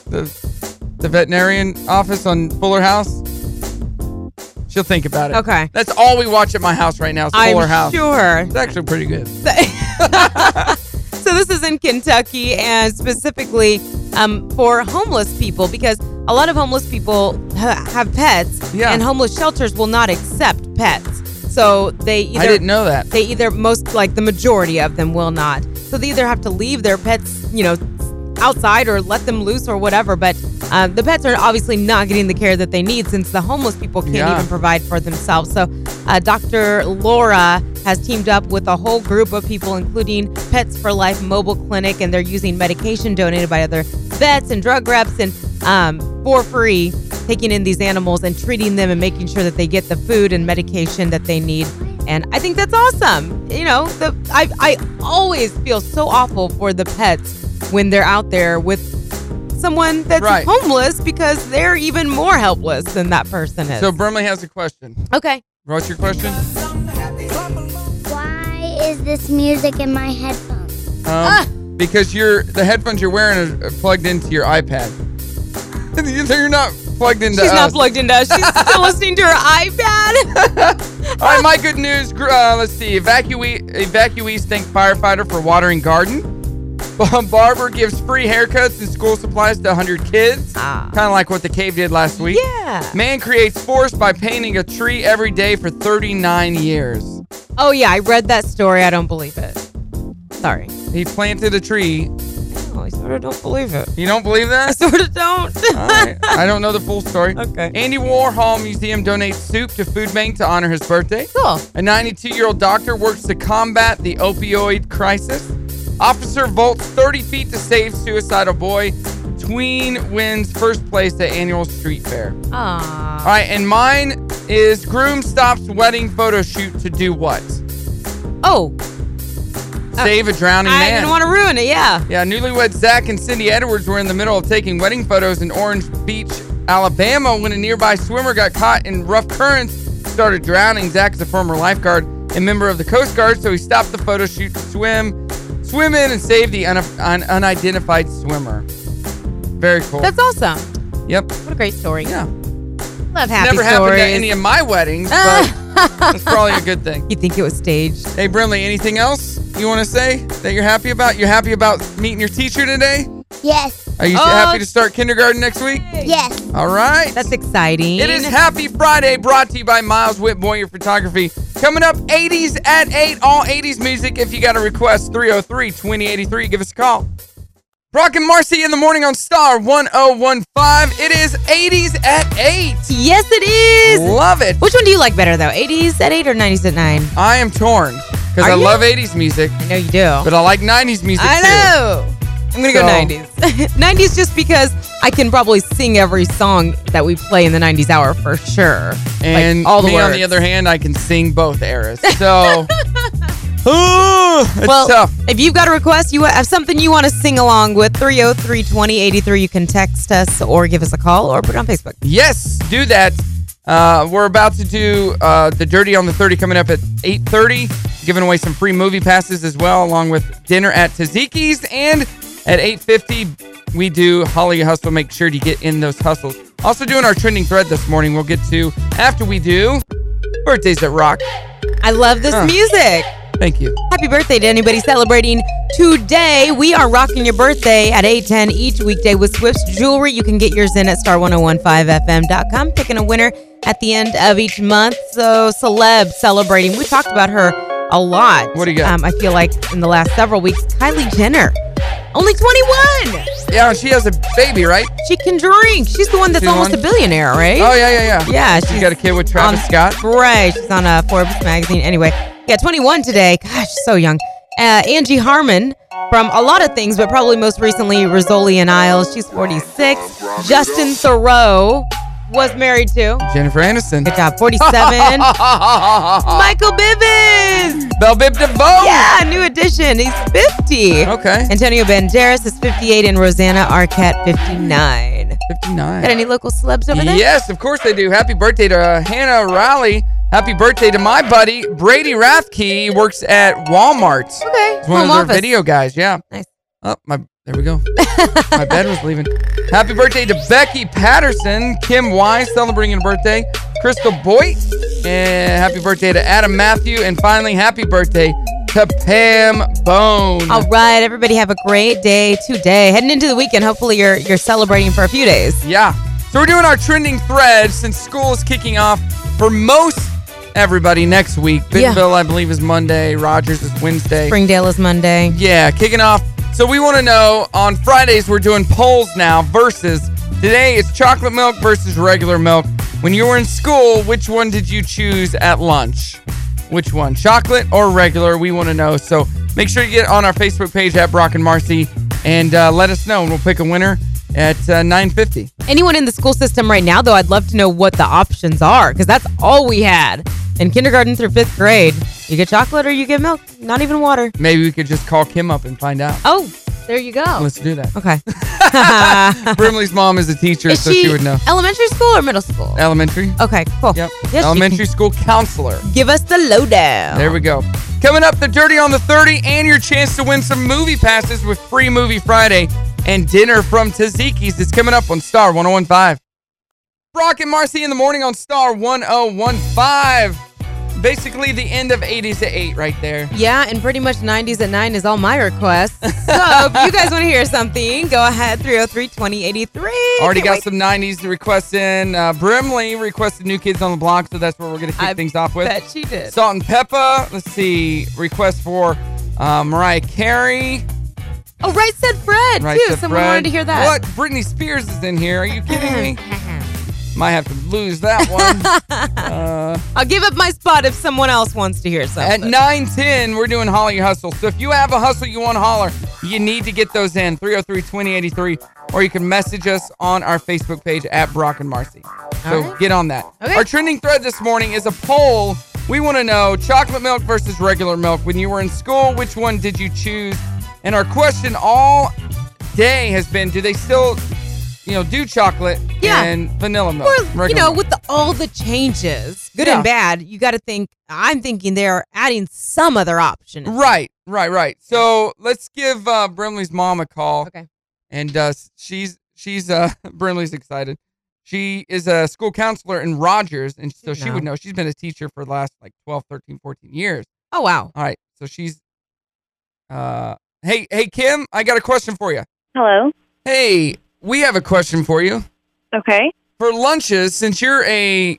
Speaker 1: The the veterinarian office on Fuller House. She'll think about it.
Speaker 2: Okay.
Speaker 1: That's all we watch at my house right now. Is
Speaker 2: I'm
Speaker 1: Fuller House.
Speaker 2: sure.
Speaker 1: It's actually pretty good.
Speaker 2: so this is in Kentucky, and specifically um, for homeless people, because a lot of homeless people ha- have pets,
Speaker 1: Yeah.
Speaker 2: and homeless shelters will not accept pets. So they either
Speaker 1: I didn't know that.
Speaker 2: they either most like the majority of them will not. So they either have to leave their pets, you know, outside or let them loose or whatever. But uh, the pets are obviously not getting the care that they need since the homeless people can't
Speaker 1: Yeah.
Speaker 2: even provide for themselves. So uh, Dr. Laura has teamed up with a whole group of people, including Pets for Life Mobile Clinic, and they're using medication donated by other vets and drug reps and um, for free, taking in these animals and treating them and making sure that they get the food and medication that they need. And I think that's awesome. You know, the, I, I always feel so awful for the pets when they're out there with someone that's
Speaker 1: Right.
Speaker 2: homeless because they're even more helpless than that person is.
Speaker 1: So Brimley has a question.
Speaker 2: okay.
Speaker 1: What's your question?
Speaker 5: Why is this music in my headphones?
Speaker 1: Um,
Speaker 2: Ah.
Speaker 1: Because your the uh, headphones you're wearing are are plugged into your iPad. You're not plugged into
Speaker 2: She's not
Speaker 1: us.
Speaker 2: plugged into us. She's still listening to her iPad.
Speaker 1: All
Speaker 2: Ah!
Speaker 1: right, my good news. gr- Uh, let's see. Evacuee evacuees thank firefighter for watering garden. Barber gives free haircuts and school supplies to 100 kids.
Speaker 2: Ah.
Speaker 1: Kind of like what the cave did last week.
Speaker 2: yeah.
Speaker 1: Man creates force by painting a tree every day for 39 years.
Speaker 2: Oh yeah, I read that story. I don't believe it. Sorry.
Speaker 1: He planted a tree.
Speaker 2: Oh, I sort of don't believe it.
Speaker 1: You don't believe
Speaker 2: I
Speaker 1: that?
Speaker 2: sort of don't.
Speaker 1: All right. I don't know the full story.
Speaker 2: Okay.
Speaker 1: Andy Warhol Museum donates soup to food bank to honor his birthday.
Speaker 4: Cool.
Speaker 1: A 92 year old doctor works to combat the opioid crisis. Officer vaults 30 feet to save suicidal boy. Tween wins first place at annual street fair. All
Speaker 4: Aww.
Speaker 1: right, and mine is groom stops wedding photo shoot to do what?
Speaker 2: Oh,
Speaker 1: Save a drowning
Speaker 2: I
Speaker 1: man.
Speaker 2: didn't want to ruin it. Yeah.
Speaker 1: yeah, newlywed Zach and Cindy Edwards were in the middle of taking wedding photos in Orange Beach, Alabama, when a nearby swimmer got caught in rough currents, started drowning. Zach is a former lifeguard and member of the Coast Guard, so he stopped the photo shoot to swim, swim in, and save the un- un- unidentified swimmer. Very cool.
Speaker 4: That's awesome.
Speaker 1: yep.
Speaker 4: What a great story.
Speaker 1: Yeah.
Speaker 4: Love happy
Speaker 1: Never happened
Speaker 4: stories.
Speaker 1: at any of my weddings, but it's probably a good thing.
Speaker 2: You think it was staged?
Speaker 1: Hey Brimley, anything else you want to say that you're happy about? You happy about meeting your teacher today?
Speaker 5: Yes.
Speaker 1: Are you
Speaker 2: Oh.
Speaker 1: happy to start kindergarten next week?
Speaker 5: Yes.
Speaker 1: All right.
Speaker 2: That's exciting.
Speaker 1: it is Happy Friday, brought to you by Miles Whitboy, your photography. Coming up, 80s at 8, all 80s music. If you got a request, 303 2083, give us a call. Brock and Marcy in the morning on Star 1015. It is 80s at 8.
Speaker 2: Yes, it is.
Speaker 1: Love it.
Speaker 2: Which one do you like better though? 80s at 8 or 90s at 9?
Speaker 1: I am torn because
Speaker 2: Are
Speaker 1: I
Speaker 2: you?
Speaker 1: love 80s music,
Speaker 2: I know you do.
Speaker 1: but I like 90s music
Speaker 2: I
Speaker 1: too.
Speaker 2: know. I'm going to
Speaker 1: So-
Speaker 2: go 90s. 90s just because I can probably sing every song that we play in the 90s hour for sure.
Speaker 1: And
Speaker 2: like, all the
Speaker 1: me, on
Speaker 2: words.
Speaker 1: the other hand, I can sing both eras. So, Ooh, it's
Speaker 2: well,
Speaker 1: tough.
Speaker 2: if you've got a request, you have something you want to sing along with, 303 2083, you can text us or give us a call or put it on Facebook.
Speaker 1: Yes, do that. Uh, we're about to do uh, the Dirty on the 30 coming up at 8.30. Giving away some free movie passes as well, along with dinner at Taziki's. And at 8.50, we do Holly Hustle. Make sure to get in those hustles. Also doing our trending thread this morning. We'll get to after we do Birthdays that Rock.
Speaker 2: I love this
Speaker 1: Huh.
Speaker 2: music.
Speaker 1: Thank you.
Speaker 2: Happy birthday to anybody celebrating today. We are rocking your birthday at 810 each weekday with Swift's Jewelry. You can get yours in at star1015fm.com. Picking a winner at the end of each month. So, celeb celebrating. We talked about her a lot.
Speaker 1: What do you got?
Speaker 2: Um, I feel like in the last several weeks, Kylie Jenner. Only 21.
Speaker 1: Yeah, she has a baby, right?
Speaker 2: She can drink. She's the one that's
Speaker 1: She's the
Speaker 2: almost
Speaker 1: one-
Speaker 2: a billionaire, right?
Speaker 1: Oh, yeah, yeah, yeah.
Speaker 2: Yeah,
Speaker 1: She
Speaker 2: she's
Speaker 1: got a kid with Travis
Speaker 2: on-
Speaker 1: Scott.
Speaker 2: Right. She's on uh, Forbes magazine. Anyway, yeah, 21 today. Gosh, so young. Uh, Angie Harmon from a lot of things, but probably most recently Rizzoli and Isles. She's 46. Justin Thoreau was married to.
Speaker 1: Jennifer Aniston.
Speaker 2: Good job. 47.
Speaker 1: Bell
Speaker 2: Michael Bivins.
Speaker 1: Bib DeVoe.
Speaker 2: Yeah, new addition. He's 50.
Speaker 1: Okay.
Speaker 2: Antonio Banderas is 58 and Rosanna Arquette 59.
Speaker 1: 59.
Speaker 2: Got any local celebs over there?
Speaker 1: Yes, of course they do. Happy birthday to uh, Hannah Riley. Happy birthday to my buddy Brady Rathke. He works at Walmart.
Speaker 2: Okay.
Speaker 1: He's one
Speaker 2: Home
Speaker 1: of their
Speaker 2: office.
Speaker 1: video guys. Yeah.
Speaker 2: Nice.
Speaker 1: Oh my! There we go. my bed was leaving. Happy birthday to Becky Patterson, Kim Wise celebrating a birthday, Crystal Boyd, and happy birthday to Adam Matthew, and finally happy birthday to Pam Bone.
Speaker 2: All right, everybody have a great day today. Heading into the weekend. Hopefully you're you're celebrating for a few days.
Speaker 1: Yeah. So we're doing our trending thread since school is kicking off for most everybody next week.
Speaker 2: Yeah.
Speaker 1: Bentonville, I believe, is Monday. Rogers is Wednesday.
Speaker 2: Springdale is Monday.
Speaker 1: Yeah, kicking off. So we want to know on Fridays we're doing polls now versus today it's chocolate milk versus regular milk. When you were in school, which one did you choose at lunch? Which one, chocolate or regular? We want to know. So make sure you get on our Facebook page at Brock and Marcy and uh, let us know, and we'll pick a winner at uh, 9:50.
Speaker 2: Anyone in the school system right now though, I'd love to know what the options are because that's all we had in kindergarten through 5th grade. You get chocolate or you get milk, not even water.
Speaker 1: Maybe we could just call Kim up and find out.
Speaker 2: Oh,
Speaker 4: There you go.
Speaker 1: Let's do that.
Speaker 2: okay.
Speaker 1: Brimley's mom is a teacher,
Speaker 2: is
Speaker 1: so
Speaker 2: she,
Speaker 1: she would know.
Speaker 2: elementary school or middle school?
Speaker 1: Elementary.
Speaker 2: Okay, cool.
Speaker 1: Yep.
Speaker 2: Yeah, she can Oh.
Speaker 1: Elementary school counselor.
Speaker 2: Give us the lowdown.
Speaker 1: There we go. Coming up, the dirty on the 30 and your chance to win some movie passes with Free Movie Friday and dinner from Taziki's. It's coming up on Star 1015. Brock and Marcy in the morning on Star 1015. Basically, the end of 80s to 8 right there.
Speaker 2: Yeah, and pretty much 90s at 9 is all my requests. So if you guys want to hear something, go ahead 303 2083.
Speaker 1: Already got some 90s requests in. Uh, Brimley requested New Kids on the Block, so that's where we're going to kick
Speaker 2: I
Speaker 1: things off with.
Speaker 2: Bet she did.
Speaker 1: Salt and Peppa. Let's see. Request for uh, Mariah Carey.
Speaker 2: oh, right said Fred,
Speaker 1: Right
Speaker 2: too.
Speaker 1: to
Speaker 2: Someone
Speaker 1: Fred.
Speaker 2: wanted to hear that.
Speaker 1: What? Britney Spears is in here. Are you kidding me? Might have to lose that one. uh,
Speaker 2: I'll give up my spot if someone else wants to hear
Speaker 1: at
Speaker 2: something.
Speaker 1: 910, we're doing Holler Your Hustle. So if you have a hustle you want to holler, you need to get those in 303 2083, or you can message us on our Facebook page at Brock and Marcy. So
Speaker 2: All right.
Speaker 1: get on that.
Speaker 2: Okay.
Speaker 1: Our trending thread this morning is a poll. We want to know chocolate milk versus regular milk. When you were in school, which one did you choose? And our question all day has been do they still, you know, do chocolate
Speaker 2: Yeah.
Speaker 1: and vanilla milk?
Speaker 2: Or, you
Speaker 1: regular
Speaker 2: know,
Speaker 1: milk?
Speaker 2: with the, all the changes, good
Speaker 1: Yeah.
Speaker 2: and bad, you got to think. I'm thinking they're adding some other option.
Speaker 1: Right, right, right. So let's give uh, Brimley's mom a call.
Speaker 2: Okay.
Speaker 1: And uh, she's she's uh, Brimley's excited. She is a school counselor in Rogers, and so she
Speaker 2: No.
Speaker 1: would know. She's been a teacher for the last like 12, 13, 14 years.
Speaker 2: Oh, wow.
Speaker 1: All right. So she's. Uh, hey, hey, Kim, I got a question for you.
Speaker 6: Hello.
Speaker 1: Hey, we have a question for you.
Speaker 6: Okay.
Speaker 1: For lunches, since you're a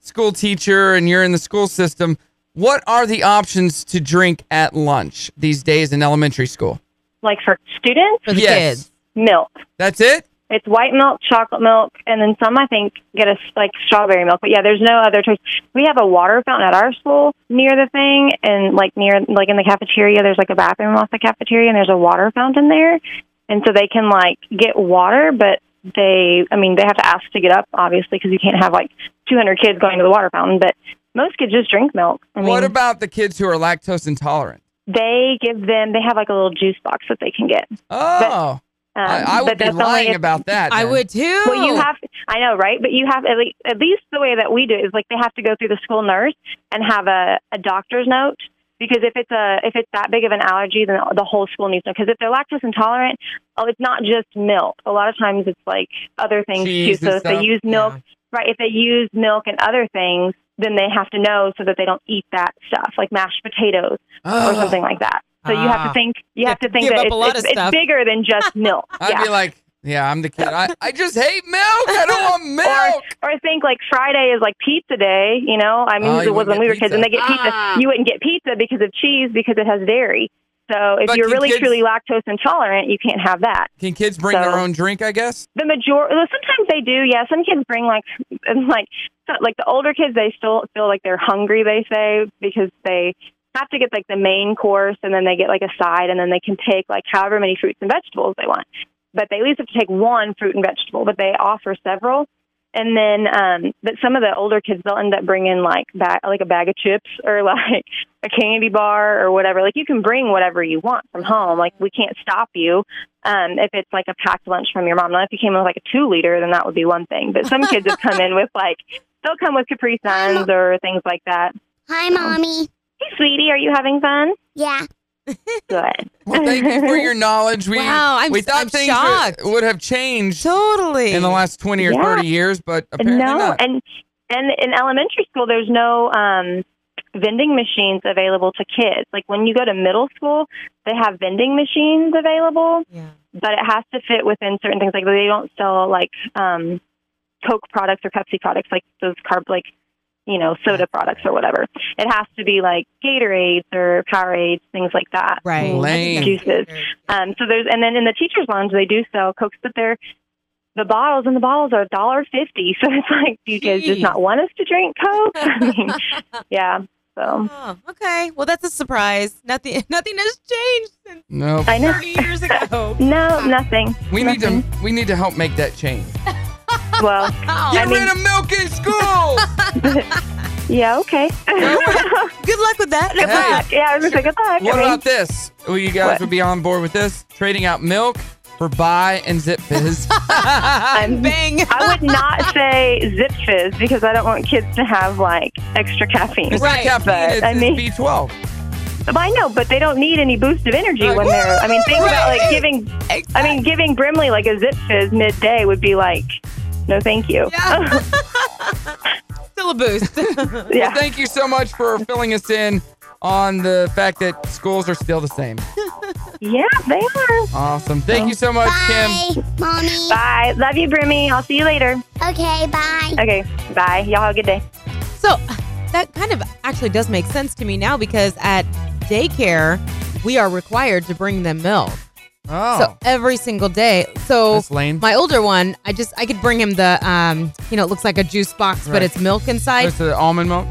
Speaker 1: school teacher and you're in the school system, what are the options to drink at lunch these days in elementary school?
Speaker 6: Like for students,
Speaker 2: For the
Speaker 1: Yes.
Speaker 2: kids.
Speaker 6: milk.
Speaker 1: That's it?
Speaker 6: It's white milk, chocolate milk, and then some I think get us like strawberry milk. But yeah, there's no other choice. We have a water fountain at our school near the thing, and like near like in the cafeteria, there's like a bathroom off the cafeteria, and there's a water fountain there, and so they can like get water, but they, I mean, they have to ask to get up obviously because you can't have like 200 kids going to the water fountain, but. Most kids just drink milk. I
Speaker 1: what
Speaker 6: mean,
Speaker 1: about the kids who are lactose intolerant?
Speaker 6: they give them? They have like a little juice box that they can get.
Speaker 1: Oh,
Speaker 6: Um,
Speaker 1: I, I
Speaker 6: but
Speaker 1: would be
Speaker 6: that's only
Speaker 1: lying
Speaker 6: if-
Speaker 1: about that.
Speaker 2: I
Speaker 1: then.
Speaker 2: would too.
Speaker 6: Well, you have, I know, right? But you have at least, at least the way that we do it is like they have to go through the school nurse and have a, a doctor's note because if it's a if it's that big of an allergy, then the whole school needs to know. Because if they're lactose intolerant, oh, it's not just milk. A lot of times it's like other things
Speaker 1: Cheese
Speaker 6: too. So
Speaker 1: and
Speaker 6: if they
Speaker 1: stuff,
Speaker 6: use milk, right? If they use milk and other things, then they have to know so that they don't eat that stuff, like mashed potatoes or
Speaker 1: Ugh.
Speaker 6: something like that. So you have
Speaker 2: Ah.
Speaker 6: to think you have to think
Speaker 2: Give
Speaker 6: that
Speaker 2: up
Speaker 6: it's,
Speaker 2: a lot
Speaker 6: it's,
Speaker 2: of stuff.
Speaker 6: it's bigger than just milk.
Speaker 1: I'd
Speaker 6: yeah.
Speaker 1: be like, yeah, I'm the kid. I, I just hate milk. I don't want milk.
Speaker 6: or think like Friday is like pizza day, you know? I mean,
Speaker 1: Oh, you
Speaker 6: it was
Speaker 1: wouldn't
Speaker 6: when we
Speaker 1: get
Speaker 6: were kids, and they get pizza.
Speaker 4: Ah.
Speaker 6: You wouldn't get pizza because of cheese because it has dairy. So if
Speaker 1: But
Speaker 6: you're
Speaker 1: can
Speaker 6: really
Speaker 1: kids-
Speaker 6: truly lactose intolerant, you can't have that.
Speaker 1: Can kids bring their
Speaker 6: So-
Speaker 1: own drink? I guess.
Speaker 6: The majority, well, sometimes they do. Yeah, some kids bring like and, like so- like the older kids. They still feel like they're hungry. They say because they have to get like the main course, and then they get like a side, and then they can take like however many fruits and vegetables they want. But they at least have to take one fruit and vegetable. But they offer several. And then, um, but some of the older kids they'll end up bringing like bag, like a bag of chips or like a candy bar or whatever. Like you can bring whatever you want from home. Like we can't stop you um, if it's like a packed lunch from your mom. Now, if you came in with like a two liter, then that would be one thing. But some kids have come in with like they'll come with Capri Suns or things like that.
Speaker 5: Hi, mommy.
Speaker 6: Hey, sweetie, are you having fun?
Speaker 5: Yeah.
Speaker 6: Good.
Speaker 1: Well, thank you for your knowledge. We
Speaker 2: Wow, I'm-
Speaker 1: we thought
Speaker 2: I'm
Speaker 1: things
Speaker 2: shocked.
Speaker 1: would have changed
Speaker 2: Totally.
Speaker 1: in the last twenty or
Speaker 6: Yeah.
Speaker 1: thirty years, but apparently
Speaker 6: no,
Speaker 1: not.
Speaker 6: and and in elementary school, there's no um, vending machines available to kids. Like when you go to middle school, they have vending machines available.
Speaker 2: yeah.
Speaker 6: but it has to fit within certain things. Like they don't sell like um, Coke products or Pepsi products, like those carb like you know soda products or whatever. It has to be like Gatorades or Powerades, things like that.
Speaker 2: Right.
Speaker 1: Lame.
Speaker 6: Juices. Um, so there's and then in the teachers' lounge they do sell Cokes, but they're the bottles and the bottles are a dollar fifty. So it's like, do you guys
Speaker 2: Jeez.
Speaker 6: just not want us to drink Coke? I mean, yeah. So
Speaker 2: Oh, okay. Well, that's a surprise. Nothing. Nothing has changed since
Speaker 1: no,
Speaker 6: I know.
Speaker 2: 30 years ago.
Speaker 6: No, nothing.
Speaker 1: we need to
Speaker 6: nothing.
Speaker 1: we need to help make that change.
Speaker 6: Well,
Speaker 1: Get
Speaker 6: I mean,
Speaker 1: rid of milk in school.
Speaker 6: yeah, okay.
Speaker 2: Good luck with that.
Speaker 1: Good luck.
Speaker 6: yeah, I was gonna say good luck.
Speaker 1: What
Speaker 6: I mean,
Speaker 1: about this? Well, you guys
Speaker 6: What?
Speaker 1: would be on board with this? Trading out milk for buy and zip fizz.
Speaker 6: I'm-
Speaker 2: Bang.
Speaker 6: I would not say zip fizz because I don't want kids to have like extra caffeine.
Speaker 1: It's
Speaker 2: Right,
Speaker 1: not caffeine,
Speaker 6: but,
Speaker 1: it's,
Speaker 6: I mean-
Speaker 1: it's B12.
Speaker 6: But I know, but they don't need any boost of energy
Speaker 1: Like,
Speaker 6: when they're. I mean, think about like giving. I
Speaker 2: Exactly.
Speaker 6: mean, giving Brimley like a zip fizz midday would be like No, thank you.
Speaker 2: Yeah. Still a boost.
Speaker 6: yeah.
Speaker 1: Thank you so much for filling us in on the fact that schools are still the same.
Speaker 6: Yeah, they are.
Speaker 1: Awesome. Thank you
Speaker 6: Oh.
Speaker 1: so much, Kim.
Speaker 5: Bye, mommy.
Speaker 6: Bye. Love you, Brimmy. I'll see you later.
Speaker 5: Okay, bye.
Speaker 6: Okay. Bye. Y'all have a good day.
Speaker 2: So that kind of actually does make sense to me now because at daycare, we are required to bring them milk.
Speaker 1: Oh,
Speaker 2: So every single day. So
Speaker 1: that's lame.
Speaker 2: my older one, I just I could bring him the um, you know, it looks like a juice box,
Speaker 1: Right.
Speaker 2: but it's milk inside.
Speaker 1: That's the almond milk.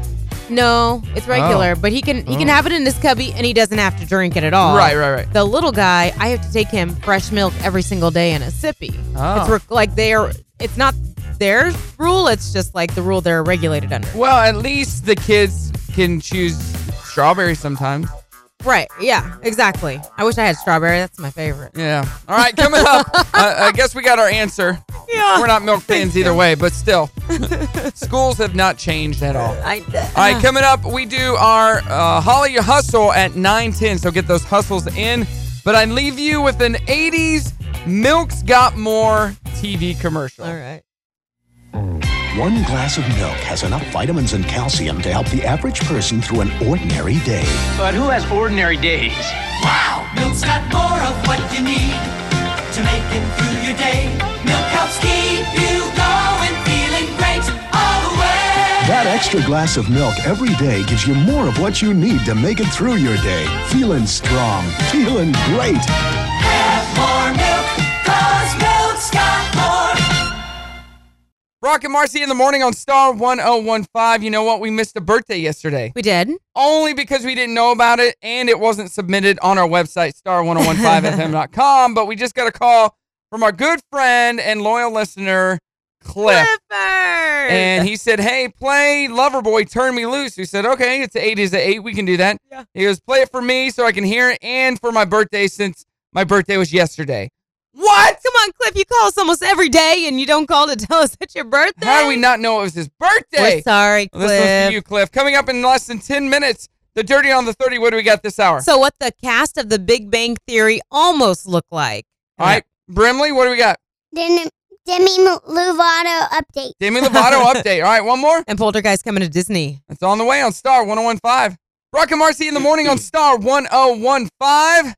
Speaker 2: No, it's regular, but he can he can
Speaker 1: Oh.
Speaker 2: have it in his cubby and he doesn't have to drink it at all.
Speaker 1: Right, right, right.
Speaker 2: The little guy, I have to take him fresh milk every single day in a sippy.
Speaker 1: Oh.
Speaker 2: It's re- like they are. It's not their rule. It's just like the rule they're regulated under.
Speaker 1: Well, at least the kids can choose strawberry sometimes.
Speaker 2: Right. Yeah. Exactly. I wish I had strawberry. That's my favorite.
Speaker 1: Yeah. All right, coming up, uh, I guess we got our answer.
Speaker 2: Yeah.
Speaker 1: We're not milk fans either way, but still, schools have not changed at all.
Speaker 2: I,
Speaker 1: All right, coming up, we do our uh, Holly Hustle at 9.10, so get those hustles in. But I leave you with an 80s Milk's Got More TV commercial.
Speaker 2: All right.
Speaker 7: One glass of milk has enough vitamins and calcium to help the average person through an ordinary day.
Speaker 8: But who has ordinary days?
Speaker 3: Milk's got more of what you need to make it through your day. Milk helps keep you going, feeling great all the way.
Speaker 7: That extra glass of milk every day gives you more of what you need to make it through your day. Feeling strong, feeling great.
Speaker 3: Have more milk, cause milk's got more.
Speaker 1: Rock and Marcy in the morning on Star 1015. You know what? We missed a birthday yesterday.
Speaker 2: We did.
Speaker 1: only because we didn't know about it and it wasn't submitted on our website, star1015fm.com. But we just got a call from our good friend and loyal listener, Cliff.
Speaker 2: Clifford.
Speaker 1: And he said, Hey, play Loverboy, Turn Me Loose. We said, Okay, it's 8 is 8. We can do that.
Speaker 2: Yeah.
Speaker 1: He goes, Play it for me so I can hear it and for my birthday since my birthday was yesterday. What?
Speaker 2: Come on, Cliff. You call us almost every day, and you don't call to tell us it's your birthday.
Speaker 1: How do we not know it was his
Speaker 2: We're
Speaker 1: birthday?
Speaker 2: sorry,
Speaker 1: This one's
Speaker 2: Cliff.
Speaker 1: for you, Cliff. Coming up in less than 10 minutes, the Dirty on the 30. What do we got this hour?
Speaker 2: So, what the cast of The Big Bang Theory almost look like?
Speaker 1: All right, Brimley, what do we got?
Speaker 5: Demi, Demi Lovato update.
Speaker 1: Demi Lovato update. All right, one more.
Speaker 2: And Poltergeist coming to Disney.
Speaker 1: It's on the way on Star 1015. Brock and Marcy in the morning on Star 1015.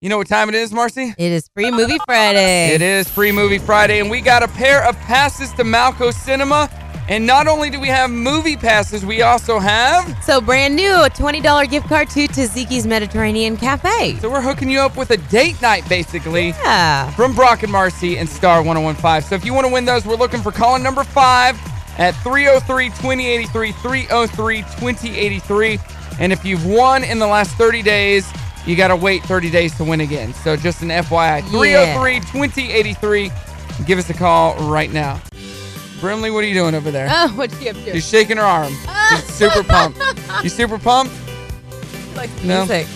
Speaker 1: You know what time it is, Marcy?
Speaker 2: It is free movie Friday.
Speaker 1: It is Free Movie Friday, and we got a pair of passes to Malco Cinema. And not only do we have movie passes, we also have.
Speaker 2: So brand new, a twenty dollar gift card to Tzatziki's Mediterranean Cafe.
Speaker 1: So we're hooking you up with a date night, basically.
Speaker 2: Yeah.
Speaker 1: from Brock and Marcy and Star 1015. So if you want to win those, we're looking for caller number five at 303 2083, 303 2083. And if you've won in the last 30 days, you got to wait 30 days to win again. So just an FYI 303 2083. Give us a call right now. Brimley, what are you doing over there?
Speaker 2: Oh, what she up to?
Speaker 1: She's shaking her arm. She's super pumped. You super pumped?
Speaker 2: Like
Speaker 1: No.
Speaker 2: music.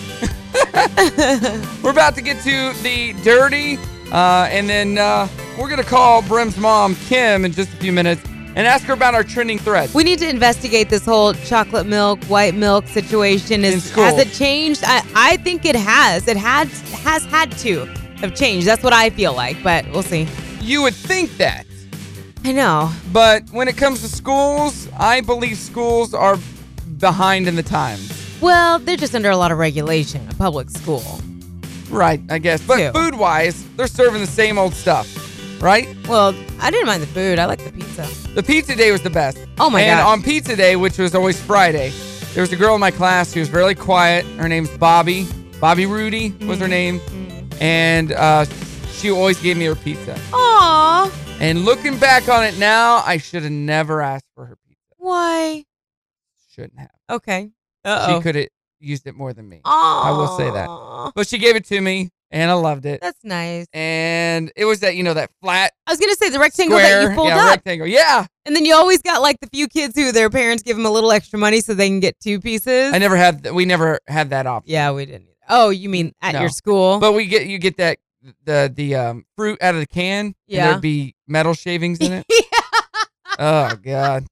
Speaker 1: We're about to get to the dirty, uh, and then uh, we're going to call Brim's mom, Kim, in just a few minutes and ask her about our trending threads.
Speaker 2: We need to investigate this whole chocolate milk, white milk situation.
Speaker 1: In
Speaker 2: Is
Speaker 1: school.
Speaker 2: has it changed? I, I think it has. It had has had to have changed. That's what I feel like, but we'll see.
Speaker 1: you would think that,
Speaker 2: I know.
Speaker 1: but when it comes to schools, I believe schools are behind in the times.
Speaker 2: Well, they're just under a lot of regulation. A public school.
Speaker 1: Right, I guess. But
Speaker 2: Ew.
Speaker 1: food wise, they're serving the same old stuff, right?
Speaker 2: Well, I didn't mind the food. I like the pizza.
Speaker 1: The pizza day was the best.
Speaker 2: Oh my
Speaker 1: and
Speaker 2: gosh.
Speaker 1: on pizza day, which was always Friday, there was a girl in my class who was really quiet. Her name's Bobby. Bobby Rudy was
Speaker 2: Mm-hmm.
Speaker 1: her name, and uh, she always gave me her pizza.
Speaker 2: Aw,
Speaker 1: And looking back on it now, I should have never asked for her pizza.
Speaker 2: why?
Speaker 1: Shouldn't have.
Speaker 2: Okay. Uh oh.
Speaker 1: She could have used it more than me.
Speaker 2: I
Speaker 1: will say that. But she gave it to me, and I loved it.
Speaker 2: That's nice.
Speaker 1: And it was that you know that flat
Speaker 2: I was gonna say the rectangle that
Speaker 1: square,
Speaker 2: you pulled
Speaker 1: yeah,
Speaker 2: up,
Speaker 1: rectangle. Yeah,
Speaker 2: and then you always got like the few kids who their parents give them a little extra money so they can get two pieces.
Speaker 1: I never had. We never had that option.
Speaker 2: yeah, we didn't. Oh, you mean at
Speaker 1: No.
Speaker 2: your school?
Speaker 1: But we get you get that the the um, fruit out of the can.
Speaker 2: Yeah.
Speaker 1: And there'd be metal shavings in it. Oh god.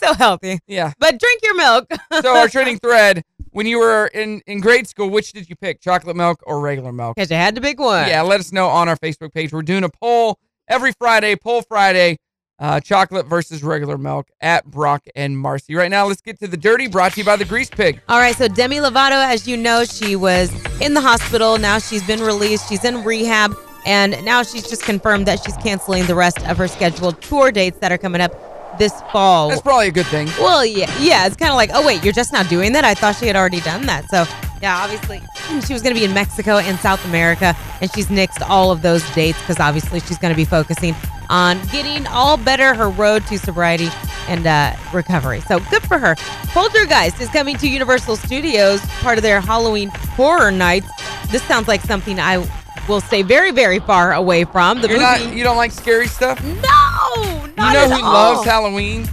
Speaker 2: so healthy.
Speaker 1: Yeah.
Speaker 2: But drink your milk.
Speaker 1: So our trending thread: when you were in in grade school, which did you pick, chocolate milk or regular milk?
Speaker 2: Cause you had to pick one.
Speaker 1: Yeah. Let us know on our Facebook page. We're doing a poll every Friday, Poll Friday. Uh, chocolate versus regular milk at Brock and Marcy. Right now, let's get to the dirty brought to you by the Grease Pig.
Speaker 2: All right, so Demi Lovato, as you know, she was in the hospital. Now she's been released. She's in rehab. And now she's just confirmed that she's canceling the rest of her scheduled tour dates that are coming up this fall.
Speaker 1: That's probably a good thing.
Speaker 2: Well, yeah, yeah. It's kind of like, oh wait, you're just now doing that. I thought she had already done that. So yeah, obviously she was going to be in Mexico and South America, and she's nixed all of those dates because obviously she's going to be focusing on getting all better her road to sobriety and uh, recovery. So good for her. Poltergeist is coming to Universal Studios, part of their Halloween horror nights. This sounds like something I will stay very, very far away from. The
Speaker 1: You're
Speaker 2: movie.
Speaker 1: not. You don't like scary stuff. You
Speaker 2: no, not
Speaker 1: know
Speaker 2: at
Speaker 1: who
Speaker 2: all.
Speaker 1: loves Halloween?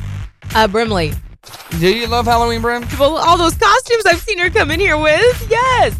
Speaker 2: uh, Brimley.
Speaker 1: Do you love Halloween, Brim?
Speaker 2: Well, all those costumes I've seen her come in here with. Yes.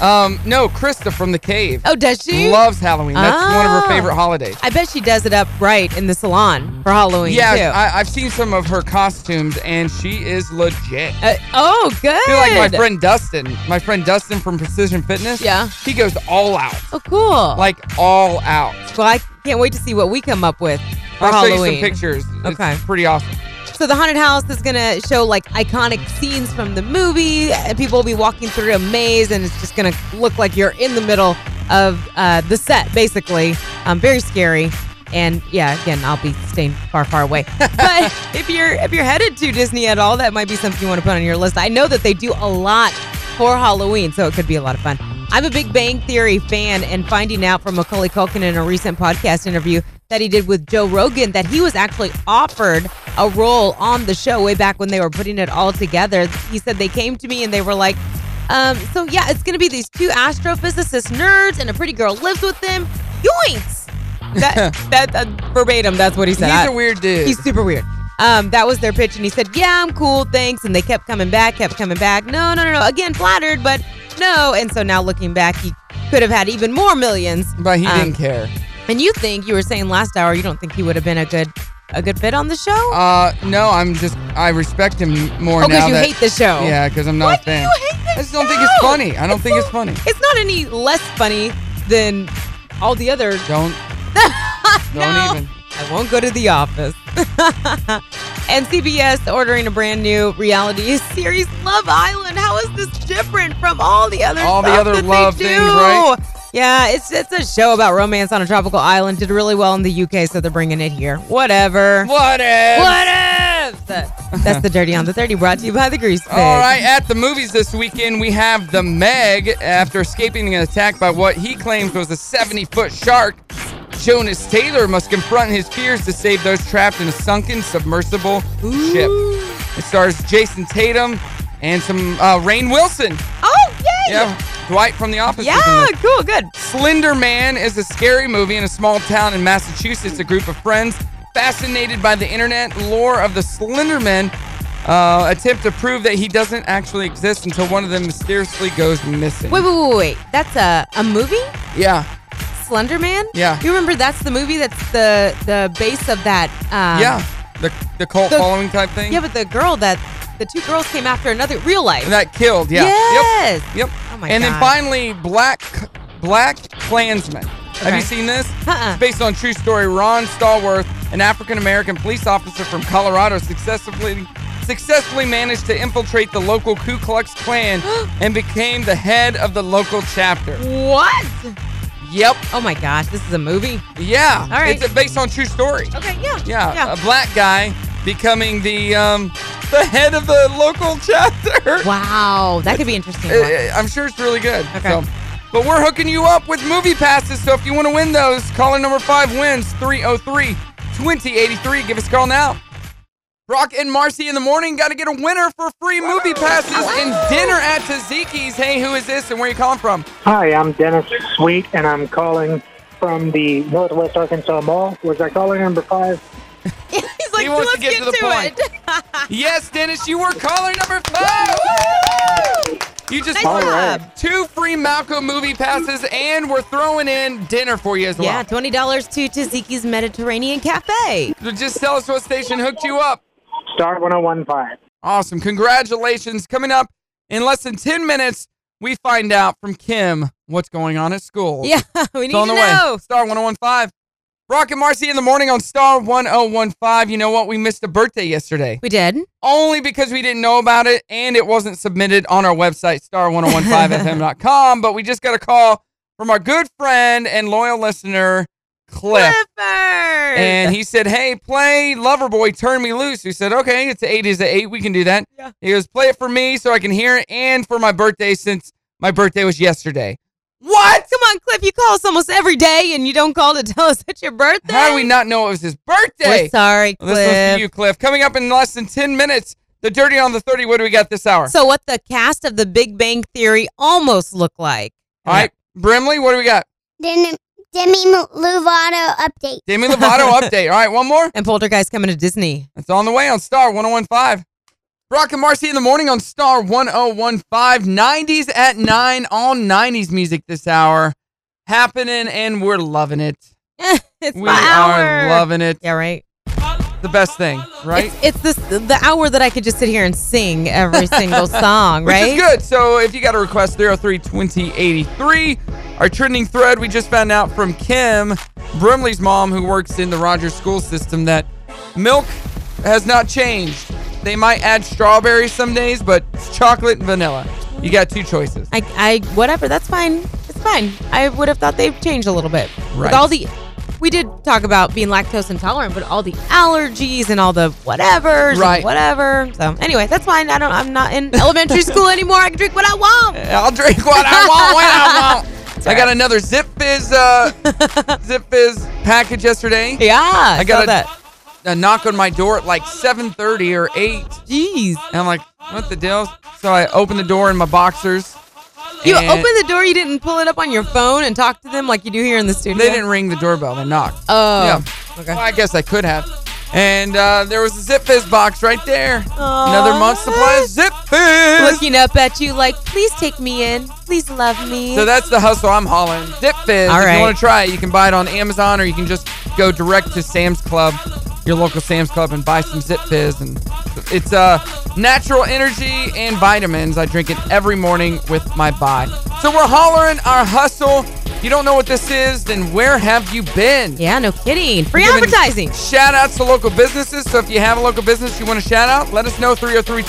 Speaker 1: Um, no, Krista from the Cave
Speaker 2: Oh, does she?
Speaker 1: loves Halloween. That's one of her
Speaker 2: Oh.
Speaker 1: favorite holidays.
Speaker 2: I bet she does it up right in the salon for Halloween too.
Speaker 1: Yeah, I, I've seen some of her costumes, and she is legit.
Speaker 2: Uh, oh, good.
Speaker 1: I feel like my friend Dustin, my friend Dustin from Precision Fitness.
Speaker 2: Yeah.
Speaker 1: he goes all out,
Speaker 2: Oh, cool.
Speaker 1: like all out.
Speaker 2: well, I can't wait to see what we come up with for
Speaker 1: I'll
Speaker 2: Halloween.
Speaker 1: show you some pictures.
Speaker 2: Okay.
Speaker 1: it's pretty awesome.
Speaker 2: So the haunted house is gonna show like iconic scenes from the movie. and People will be walking through a maze, and it's just gonna look like you're in the middle of uh, the set, basically. Um, very scary. And yeah, again, I'll be staying far, far away. But if you're if you're headed to Disney at all, that might be something you want to put on your list. I know that they do a lot for Halloween, so it could be a lot of fun. I'm a Big Bang Theory fan, and finding out from Macaulay Culkin in a recent podcast interview that he did with Joe Rogan that he was actually offered a role on the show way back when they were putting it all together. He said they came to me and they were like, um, "So yeah, it's going to be these two astrophysicist nerds, and a pretty girl lives with them. Yoinks!" That, that, that verbatim, that's what he said.
Speaker 1: He's
Speaker 2: I-
Speaker 1: a weird dude.
Speaker 2: He's super weird. Um, that was their pitch, and he said, "Yeah, I'm cool, thanks." And they kept coming back, kept coming back. No, no, no, no. Again, flattered, but no. And so now looking back, he could have had even more millions.
Speaker 1: but he
Speaker 2: um,
Speaker 1: didn't care.
Speaker 2: And you think you were saying last hour, you don't think he would have been a good, a good fit on the show?
Speaker 1: Uh, no, I'm just I respect him more
Speaker 2: oh,
Speaker 1: now.
Speaker 2: because you
Speaker 1: that,
Speaker 2: hate the show.
Speaker 1: Yeah, because I'm not
Speaker 2: Why
Speaker 1: a
Speaker 2: do
Speaker 1: fan.
Speaker 2: you hate the
Speaker 1: I just don't think it's
Speaker 2: show?
Speaker 1: funny. I don't think it's funny.
Speaker 2: It's not any less funny than all the other.
Speaker 1: Don't don't
Speaker 2: No.
Speaker 1: even.
Speaker 2: I won't go to the office. and CBS ordering a brand new reality series, Love Island. How is this different from all the other
Speaker 1: All the
Speaker 2: stuff
Speaker 1: other
Speaker 2: that they
Speaker 1: love
Speaker 2: do?
Speaker 1: things, right?
Speaker 2: Yeah, it's it's a show about romance on a tropical island. Did really well in the UK, so they're bringing it here. Whatever.
Speaker 1: What if?
Speaker 2: What if? That's the dirty on the thirty, brought to you by the Grease Pig.
Speaker 1: All right, at the movies this weekend, we have the Meg after escaping an attack by what he claims was a 70 foot shark. Jonas Taylor must confront his fears to save those trapped in a sunken submersible ship. It stars Jason Tatum and some uh, Rain Wilson.
Speaker 2: Oh yay!
Speaker 1: Yeah, Dwight from The Office. was in
Speaker 2: Yeah,
Speaker 1: this.
Speaker 2: cool, good.
Speaker 1: Slender Man is a scary movie in a small town in Massachusetts. A group of friends fascinated by the internet lore of the Slender Man uh, attempt to prove that he doesn't actually exist until one of them mysteriously goes missing.
Speaker 2: Wait, wait, wait, wait. That's a a movie?
Speaker 1: Yeah,
Speaker 2: Slender Man?
Speaker 1: Yeah.
Speaker 2: You remember that's the movie that's the the base of that um,
Speaker 1: yeah. The, the cult
Speaker 2: the-
Speaker 1: following type thing.
Speaker 2: Yeah, but the girl that the two girls came after another real life.
Speaker 1: that killed. Yeah.
Speaker 2: Yes.
Speaker 1: Yep. Yep.
Speaker 2: Oh my
Speaker 1: and then
Speaker 2: God.
Speaker 1: finally, Black Black Klansman. Have
Speaker 2: Okay.
Speaker 1: you seen this?
Speaker 2: Uh-uh.
Speaker 1: It's based on true story. Ron Stallworth, an African American police officer from Colorado, successfully successfully managed to infiltrate the local Ku Klux Klan and became the head of the local chapter.
Speaker 2: What?
Speaker 1: Yep.
Speaker 2: Oh my gosh, this is a movie.
Speaker 1: Yeah.
Speaker 2: All right.
Speaker 1: It's a, based on true story.
Speaker 2: Okay, yeah.
Speaker 1: Yeah, Uh,
Speaker 2: yeah.
Speaker 1: A black guy becoming the um the head of the local chapter.
Speaker 2: wow, that could be interesting.
Speaker 1: Uh, uh, I'm sure it's really good.
Speaker 2: Okay.
Speaker 1: So, but we're hooking you up with movie passes. So if you want to win those, caller number five wins 303 2083. Give us a call now. Brock and Marcy in the morning. Got to get a winner for free movie passes and dinner at Tzatziki's. Hey, who is this and where you calling from?
Speaker 9: Hi, I'm Dennis Sweet, and I'm calling from the Northwest Arkansas Mall. Was I caller number five?
Speaker 2: He's like,
Speaker 1: he wants
Speaker 2: let's
Speaker 1: to get to the point."
Speaker 2: it.
Speaker 1: Yes, Dennis, you were caller number five. You just
Speaker 2: Nice
Speaker 1: won
Speaker 2: job.
Speaker 1: two free Malcolm movie passes, and we're throwing in dinner for you as well.
Speaker 2: yeah, twenty dollars to Tzatziki's Mediterranean Cafe.
Speaker 1: So just tell us what station hooked you up.
Speaker 9: Star 1015.
Speaker 1: Awesome. Congratulations. Coming up in less than 10 minutes, we find out from Kim what's going on at school.
Speaker 2: Yeah, we need
Speaker 1: It's on
Speaker 2: to
Speaker 1: the
Speaker 2: know.
Speaker 1: way. Star 1015. Rock and Marcy in the morning on Star 1015. You know what? We missed a birthday yesterday.
Speaker 4: We did.
Speaker 1: Only because we didn't know about it and it wasn't submitted on our website, star1015fm.com. But we just got a call from our good friend and loyal listener, Cliff.
Speaker 2: Clifford.
Speaker 1: Oh, And he said, Hey, play Loverboy, Turn Me Loose. We said, Okay, it's eight is eight. We can do that.
Speaker 2: Yeah.
Speaker 1: He goes, Play it for me so I can hear it and for my birthday since my birthday was yesterday. What?
Speaker 2: Come on, Cliff. You call us almost every day and you don't call to tell us it's your birthday.
Speaker 1: How do we not know it was his birthday?
Speaker 4: We're sorry,
Speaker 1: Well, this one's
Speaker 4: Cliff.
Speaker 1: for you, Cliff. Coming up in less than 10 minutes, the Dirty on the 30. What do we got this hour?
Speaker 2: So, what the cast of The Big Bang Theory almost look like?
Speaker 1: All right, Brimley, what do we got?
Speaker 5: Demi, Demi Lovato update.
Speaker 1: Demi Lovato update. All right, one more.
Speaker 2: And Poltergeist coming to Disney.
Speaker 1: It's on the way on Star 1015. Brock and Marcy in the morning on Star 1015. 90s at 9, all 90s music this hour. Happening, and we're loving it.
Speaker 2: It's
Speaker 1: We
Speaker 2: my
Speaker 1: are
Speaker 2: hour.
Speaker 1: loving it.
Speaker 2: Yeah, right.
Speaker 1: The best thing, right?
Speaker 2: It's, it's this the hour that I could just sit here and sing every single song,
Speaker 1: Which
Speaker 2: right?
Speaker 1: is good. So if you got a request, 303 2083. Our trending thread, we just found out from Kim, Brimley's mom, who works in the Rogers school system, that milk has not changed. They might add strawberries some days, but it's chocolate and vanilla. You got two choices.
Speaker 2: I, I, whatever. That's fine. It's fine. I would have thought they've changed a little bit.
Speaker 1: Right.
Speaker 2: With all the, we did talk about being lactose intolerant, but all the allergies and all the whatever,
Speaker 1: Right.
Speaker 2: Whatever. So anyway, that's fine. I don't. I'm not in elementary school anymore. I can drink what I want.
Speaker 1: I'll drink what I want when I want. I got another Zip Fizz, uh, Zip Fizz package yesterday.
Speaker 2: Yeah. I,
Speaker 1: I
Speaker 2: got
Speaker 1: got a,
Speaker 2: that.
Speaker 1: a knock on my door at like 7.30 or 8.
Speaker 2: Jeez.
Speaker 1: And I'm like, what the deal? So I opened the door in my boxers.
Speaker 2: You
Speaker 1: and
Speaker 2: opened the door. You didn't pull it up on your phone and talk to them like you do here in the studio.
Speaker 1: They didn't ring the doorbell. They knocked.
Speaker 2: Oh.
Speaker 1: yeah.
Speaker 2: Okay.
Speaker 1: Well, I guess I could have. And uh, there was a Zip Fizz box right there. Another month's supply of Zip Fizz.
Speaker 2: Looking up at you like, please take me in. Please love me.
Speaker 1: So that's the hustle I'm hauling. Zip Fizz.
Speaker 2: All
Speaker 1: If you
Speaker 2: right.
Speaker 1: want to try it, you can buy it on Amazon or you can just go direct to Sam's Club, your local Sam's Club, and buy some Zip Fizz. And it's uh, natural energy and vitamins. I drink it every morning with my buy. So we're hollering our hustle. You don't know what this is, then where have you been?
Speaker 2: yeah, no kidding. Free
Speaker 1: Giving
Speaker 2: advertising.
Speaker 1: Shout outs to local businesses. So if you have a local business you want to shout out, let us know 303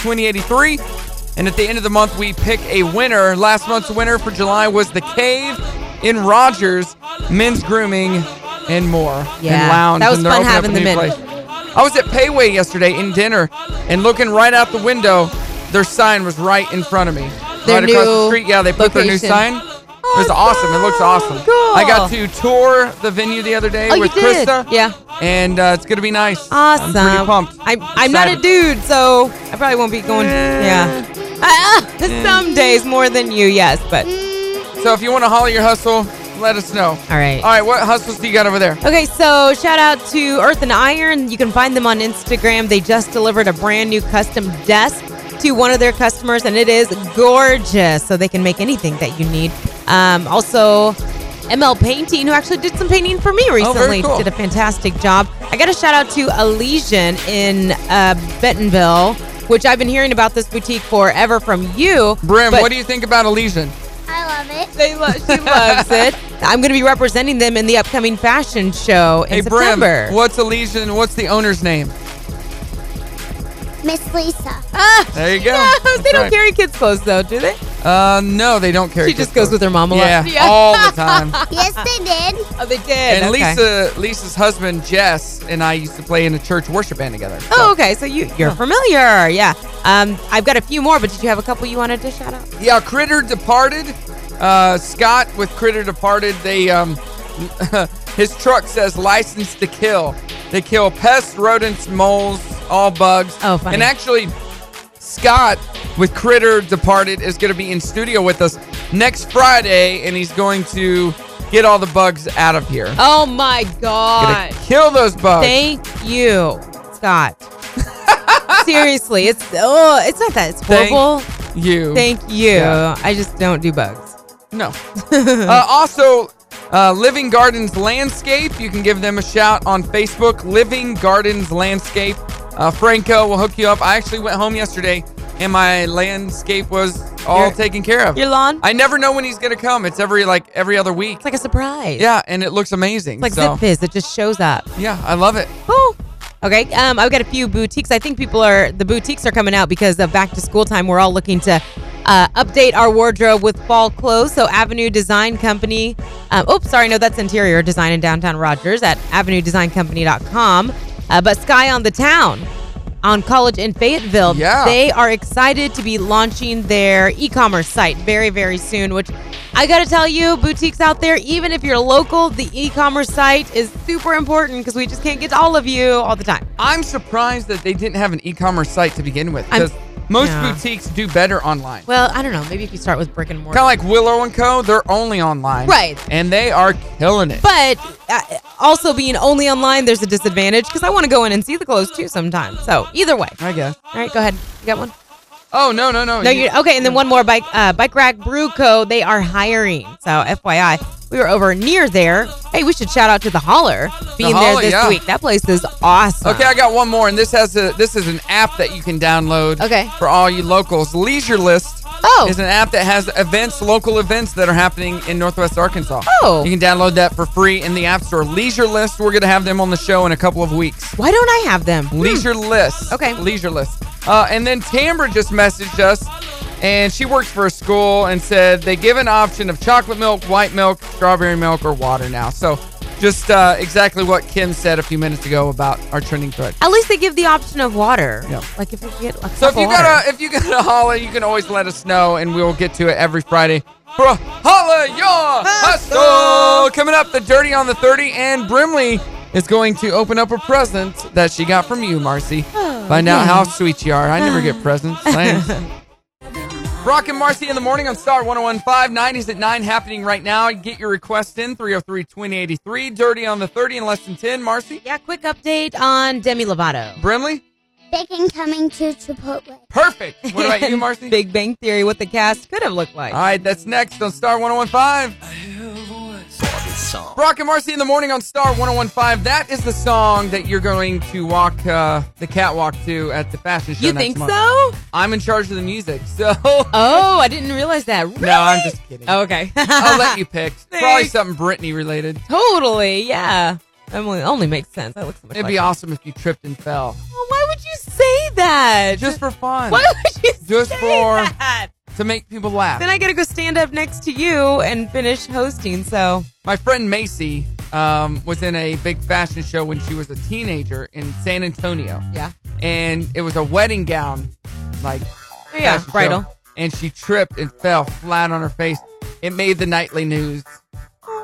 Speaker 1: 2083. And at the end of the month, we pick a winner. Last month's winner for July was The Cave in Rogers, men's grooming, and more.
Speaker 2: Yeah,
Speaker 1: and lounge.
Speaker 2: that was
Speaker 1: and they're
Speaker 2: fun
Speaker 1: opening up
Speaker 2: having
Speaker 1: a new
Speaker 2: them in.
Speaker 1: place. I was at Payway yesterday in dinner and looking right out the window, their sign was right in front of me.
Speaker 4: Their
Speaker 1: right across the
Speaker 4: new
Speaker 1: street. Yeah, they put their new
Speaker 4: location.
Speaker 1: sign. It was awesome. It looks awesome.
Speaker 2: Oh, Cool.
Speaker 1: I got to tour the venue the other day
Speaker 2: Oh,
Speaker 1: with
Speaker 2: you did.
Speaker 1: Krista
Speaker 2: Yeah.
Speaker 1: and uh, it's gonna be nice.
Speaker 2: Awesome.
Speaker 1: I'm pretty pumped.
Speaker 2: I'm, I'm not a
Speaker 1: Excited.
Speaker 2: dude, so I probably won't be going. Yeah. Ah, Some days more than you, yes, but
Speaker 1: Mm.
Speaker 2: all
Speaker 1: So if you want to holler your hustle, let us know.
Speaker 2: right.
Speaker 1: All right, what hustles do you got over there?
Speaker 2: Okay, so shout out to Earth and Iron. You can find them on Instagram. They just delivered a brand new custom desk to one of their customers, and it is gorgeous. So they can make anything that you need. Um, also, ML Painting, who actually did some painting for me
Speaker 1: Oh, very
Speaker 2: recently,
Speaker 1: cool.
Speaker 2: did a fantastic job. I got a shout out to Elysian in uh, Bentonville, which I've been hearing about this boutique forever from you.
Speaker 1: Brim,
Speaker 2: but-
Speaker 1: what do you think about Elysian?
Speaker 5: I love it.
Speaker 2: they love, she loves it. I'm going to be representing them in the upcoming fashion show in
Speaker 1: hey,
Speaker 2: September.
Speaker 1: Brim, what's Elysian? What's the owner's name?
Speaker 5: Miss Lisa.
Speaker 2: Ah,
Speaker 1: There you go.
Speaker 2: yes,
Speaker 1: That's
Speaker 2: they don't
Speaker 1: right.
Speaker 2: carry kids' clothes though, do they?
Speaker 1: Uh, no, they don't carry.
Speaker 2: She just goes with her mom a lot.
Speaker 1: Yeah, all the time.
Speaker 5: Yes, they did.
Speaker 2: oh, they did.
Speaker 1: And
Speaker 2: okay.
Speaker 1: Lisa, Lisa's husband Jess and I used to play in a church worship band together. So.
Speaker 2: Oh, okay. So you you're familiar, yeah. Um, I've got a few more, but did you have a couple you wanted to shout out?
Speaker 1: Yeah, Critter Departed. Uh, Scott with Critter Departed. They um, his truck says license to kill. They kill pests, rodents, moles, all bugs.
Speaker 2: Oh, funny.
Speaker 1: And actually, Scott with Critter Departed is going to be in studio with us next Friday, and he's going to get all the bugs out of here.
Speaker 2: Oh my
Speaker 1: Gonna
Speaker 2: god!
Speaker 1: kill those bugs.
Speaker 2: Thank you, Scott. Seriously, it's oh, it's not that it's
Speaker 1: Thank-
Speaker 2: horrible.
Speaker 1: you.
Speaker 2: Thank, you.
Speaker 1: Yeah.
Speaker 2: I just don't do bugs.
Speaker 1: No. uh, also, uh, Living Gardens Landscape. You can give them a shout on Facebook. Living Gardens Landscape. Uh, Franco will hook you up. I actually went home yesterday and my landscape was all
Speaker 2: Your-
Speaker 1: taken care of.
Speaker 2: Your lawn?
Speaker 1: I never know when he's gonna come. It's every like every other week.
Speaker 2: it's like a surprise.
Speaker 1: yeah, and it looks amazing.
Speaker 2: It's like
Speaker 1: so
Speaker 2: Zip Fizz. It just shows up.
Speaker 1: yeah, I love it.
Speaker 2: Woo. Okay, um, I've got a few boutiques. I think people are the boutiques are coming out because of back to school time. We're all looking to uh, update our wardrobe with fall clothes. So Avenue Design Company. Um, oops, sorry, no, that's interior design in downtown Rogers at avenuedesigncompany.com. Uh, but Sky on the Town on College in Fayetteville.
Speaker 1: Yeah.
Speaker 2: They are excited to be launching their e-commerce site very very soon which i gotta tell you boutiques out there even if you're local the e-commerce site is super important because we just can't get to all of you all the time
Speaker 1: I'm surprised that they didn't have an e-commerce site to begin with
Speaker 2: I'm-
Speaker 1: because most
Speaker 2: yeah.
Speaker 1: boutiques do better online.
Speaker 2: well i don't know maybe if you start with brick and mortar
Speaker 1: Kind of like Willow and Co. They're only online,
Speaker 2: Right.
Speaker 1: And they are killing it.
Speaker 2: but uh, also being only online there's a disadvantage because i want to go in and see the clothes too sometimes so either way all
Speaker 1: I guess.
Speaker 2: right go ahead you got one
Speaker 1: Oh no no no.
Speaker 2: No,
Speaker 1: you-
Speaker 2: you okay. And then one more bike, uh, bike rack brew co. They are hiring. So FYI, we were over near there. Hey, we should shout out to the holler being
Speaker 1: Holler,
Speaker 2: there this
Speaker 1: yeah.
Speaker 2: week. That place is awesome.
Speaker 1: Okay, I got one more, and this has a this is an app that you can download.
Speaker 4: Okay.
Speaker 1: For all you locals, Leisure List
Speaker 2: Oh.
Speaker 1: is an app that has events, local events that are happening in Northwest Arkansas.
Speaker 2: Oh.
Speaker 1: You can download that for free in the App Store. Leisure List, we're gonna have them on the show in a couple of weeks.
Speaker 2: Why don't I have them?
Speaker 1: Leisure List.
Speaker 2: Hmm. Okay.
Speaker 1: Leisure List. Uh, and then Tamra just messaged us, and she works for a school and said they give an option of chocolate milk, white milk, strawberry milk, or water now. So. Just uh, exactly what Kim said a few minutes ago about our trending thread.
Speaker 2: At least they give the option of water.
Speaker 1: Yeah.
Speaker 2: Like if we get a
Speaker 1: So if
Speaker 2: cup
Speaker 1: you
Speaker 2: of water.
Speaker 1: got a if you got a holla, you can always let us know, and we will get to it every Friday. For a holla your hustle. Coming up, the dirty on the thirty, and Brimley is going to open up a present that she got from you, Marcy. Find out how sweet you are. I never get presents. Thanks. Brock and Marcy in the morning on Star 1015. 90s at 9 happening right now. Get your request in 303 2083. Dirty on the 30 in less than 10. Marcy?
Speaker 2: yeah, quick update on Demi Lovato.
Speaker 1: Brimley?
Speaker 5: Bacon coming to Chipotle.
Speaker 1: Perfect. What about you, Marcy? Ah,
Speaker 2: Big Bang Theory, what the cast could have looked like.
Speaker 1: All right, that's next on Star 1015. Brock and Marcy in the morning on Star 1015. That is the song that you're going to walk uh, the catwalk to at the fashion show.
Speaker 2: you
Speaker 1: next
Speaker 2: think
Speaker 1: month.
Speaker 2: so?
Speaker 1: I'm in charge of the music, so
Speaker 2: Oh, I didn't realize that. Really?
Speaker 1: no, I'm just Oh, kidding.
Speaker 2: Okay.
Speaker 1: I'll let you pick. It's Probably
Speaker 2: Thanks.
Speaker 1: something Britney related.
Speaker 2: totally. Yeah. Only, only makes sense. That looks so much
Speaker 1: It'd
Speaker 2: like
Speaker 1: be
Speaker 2: her.
Speaker 1: awesome if you tripped and fell,
Speaker 2: Well, why would you say that?
Speaker 1: just for fun,
Speaker 2: why would you
Speaker 1: Just
Speaker 2: say
Speaker 1: for-
Speaker 2: that?
Speaker 1: to make people laugh.
Speaker 2: Then I gotta go stand up next to you and finish hosting. So
Speaker 1: My friend Macy um, was in a big fashion show when she was a teenager in San Antonio.
Speaker 2: yeah,
Speaker 1: and it was a wedding gown, like
Speaker 2: yeah,
Speaker 1: fashion show.
Speaker 2: bridal.
Speaker 1: And she tripped and fell flat on her face. It made the nightly news.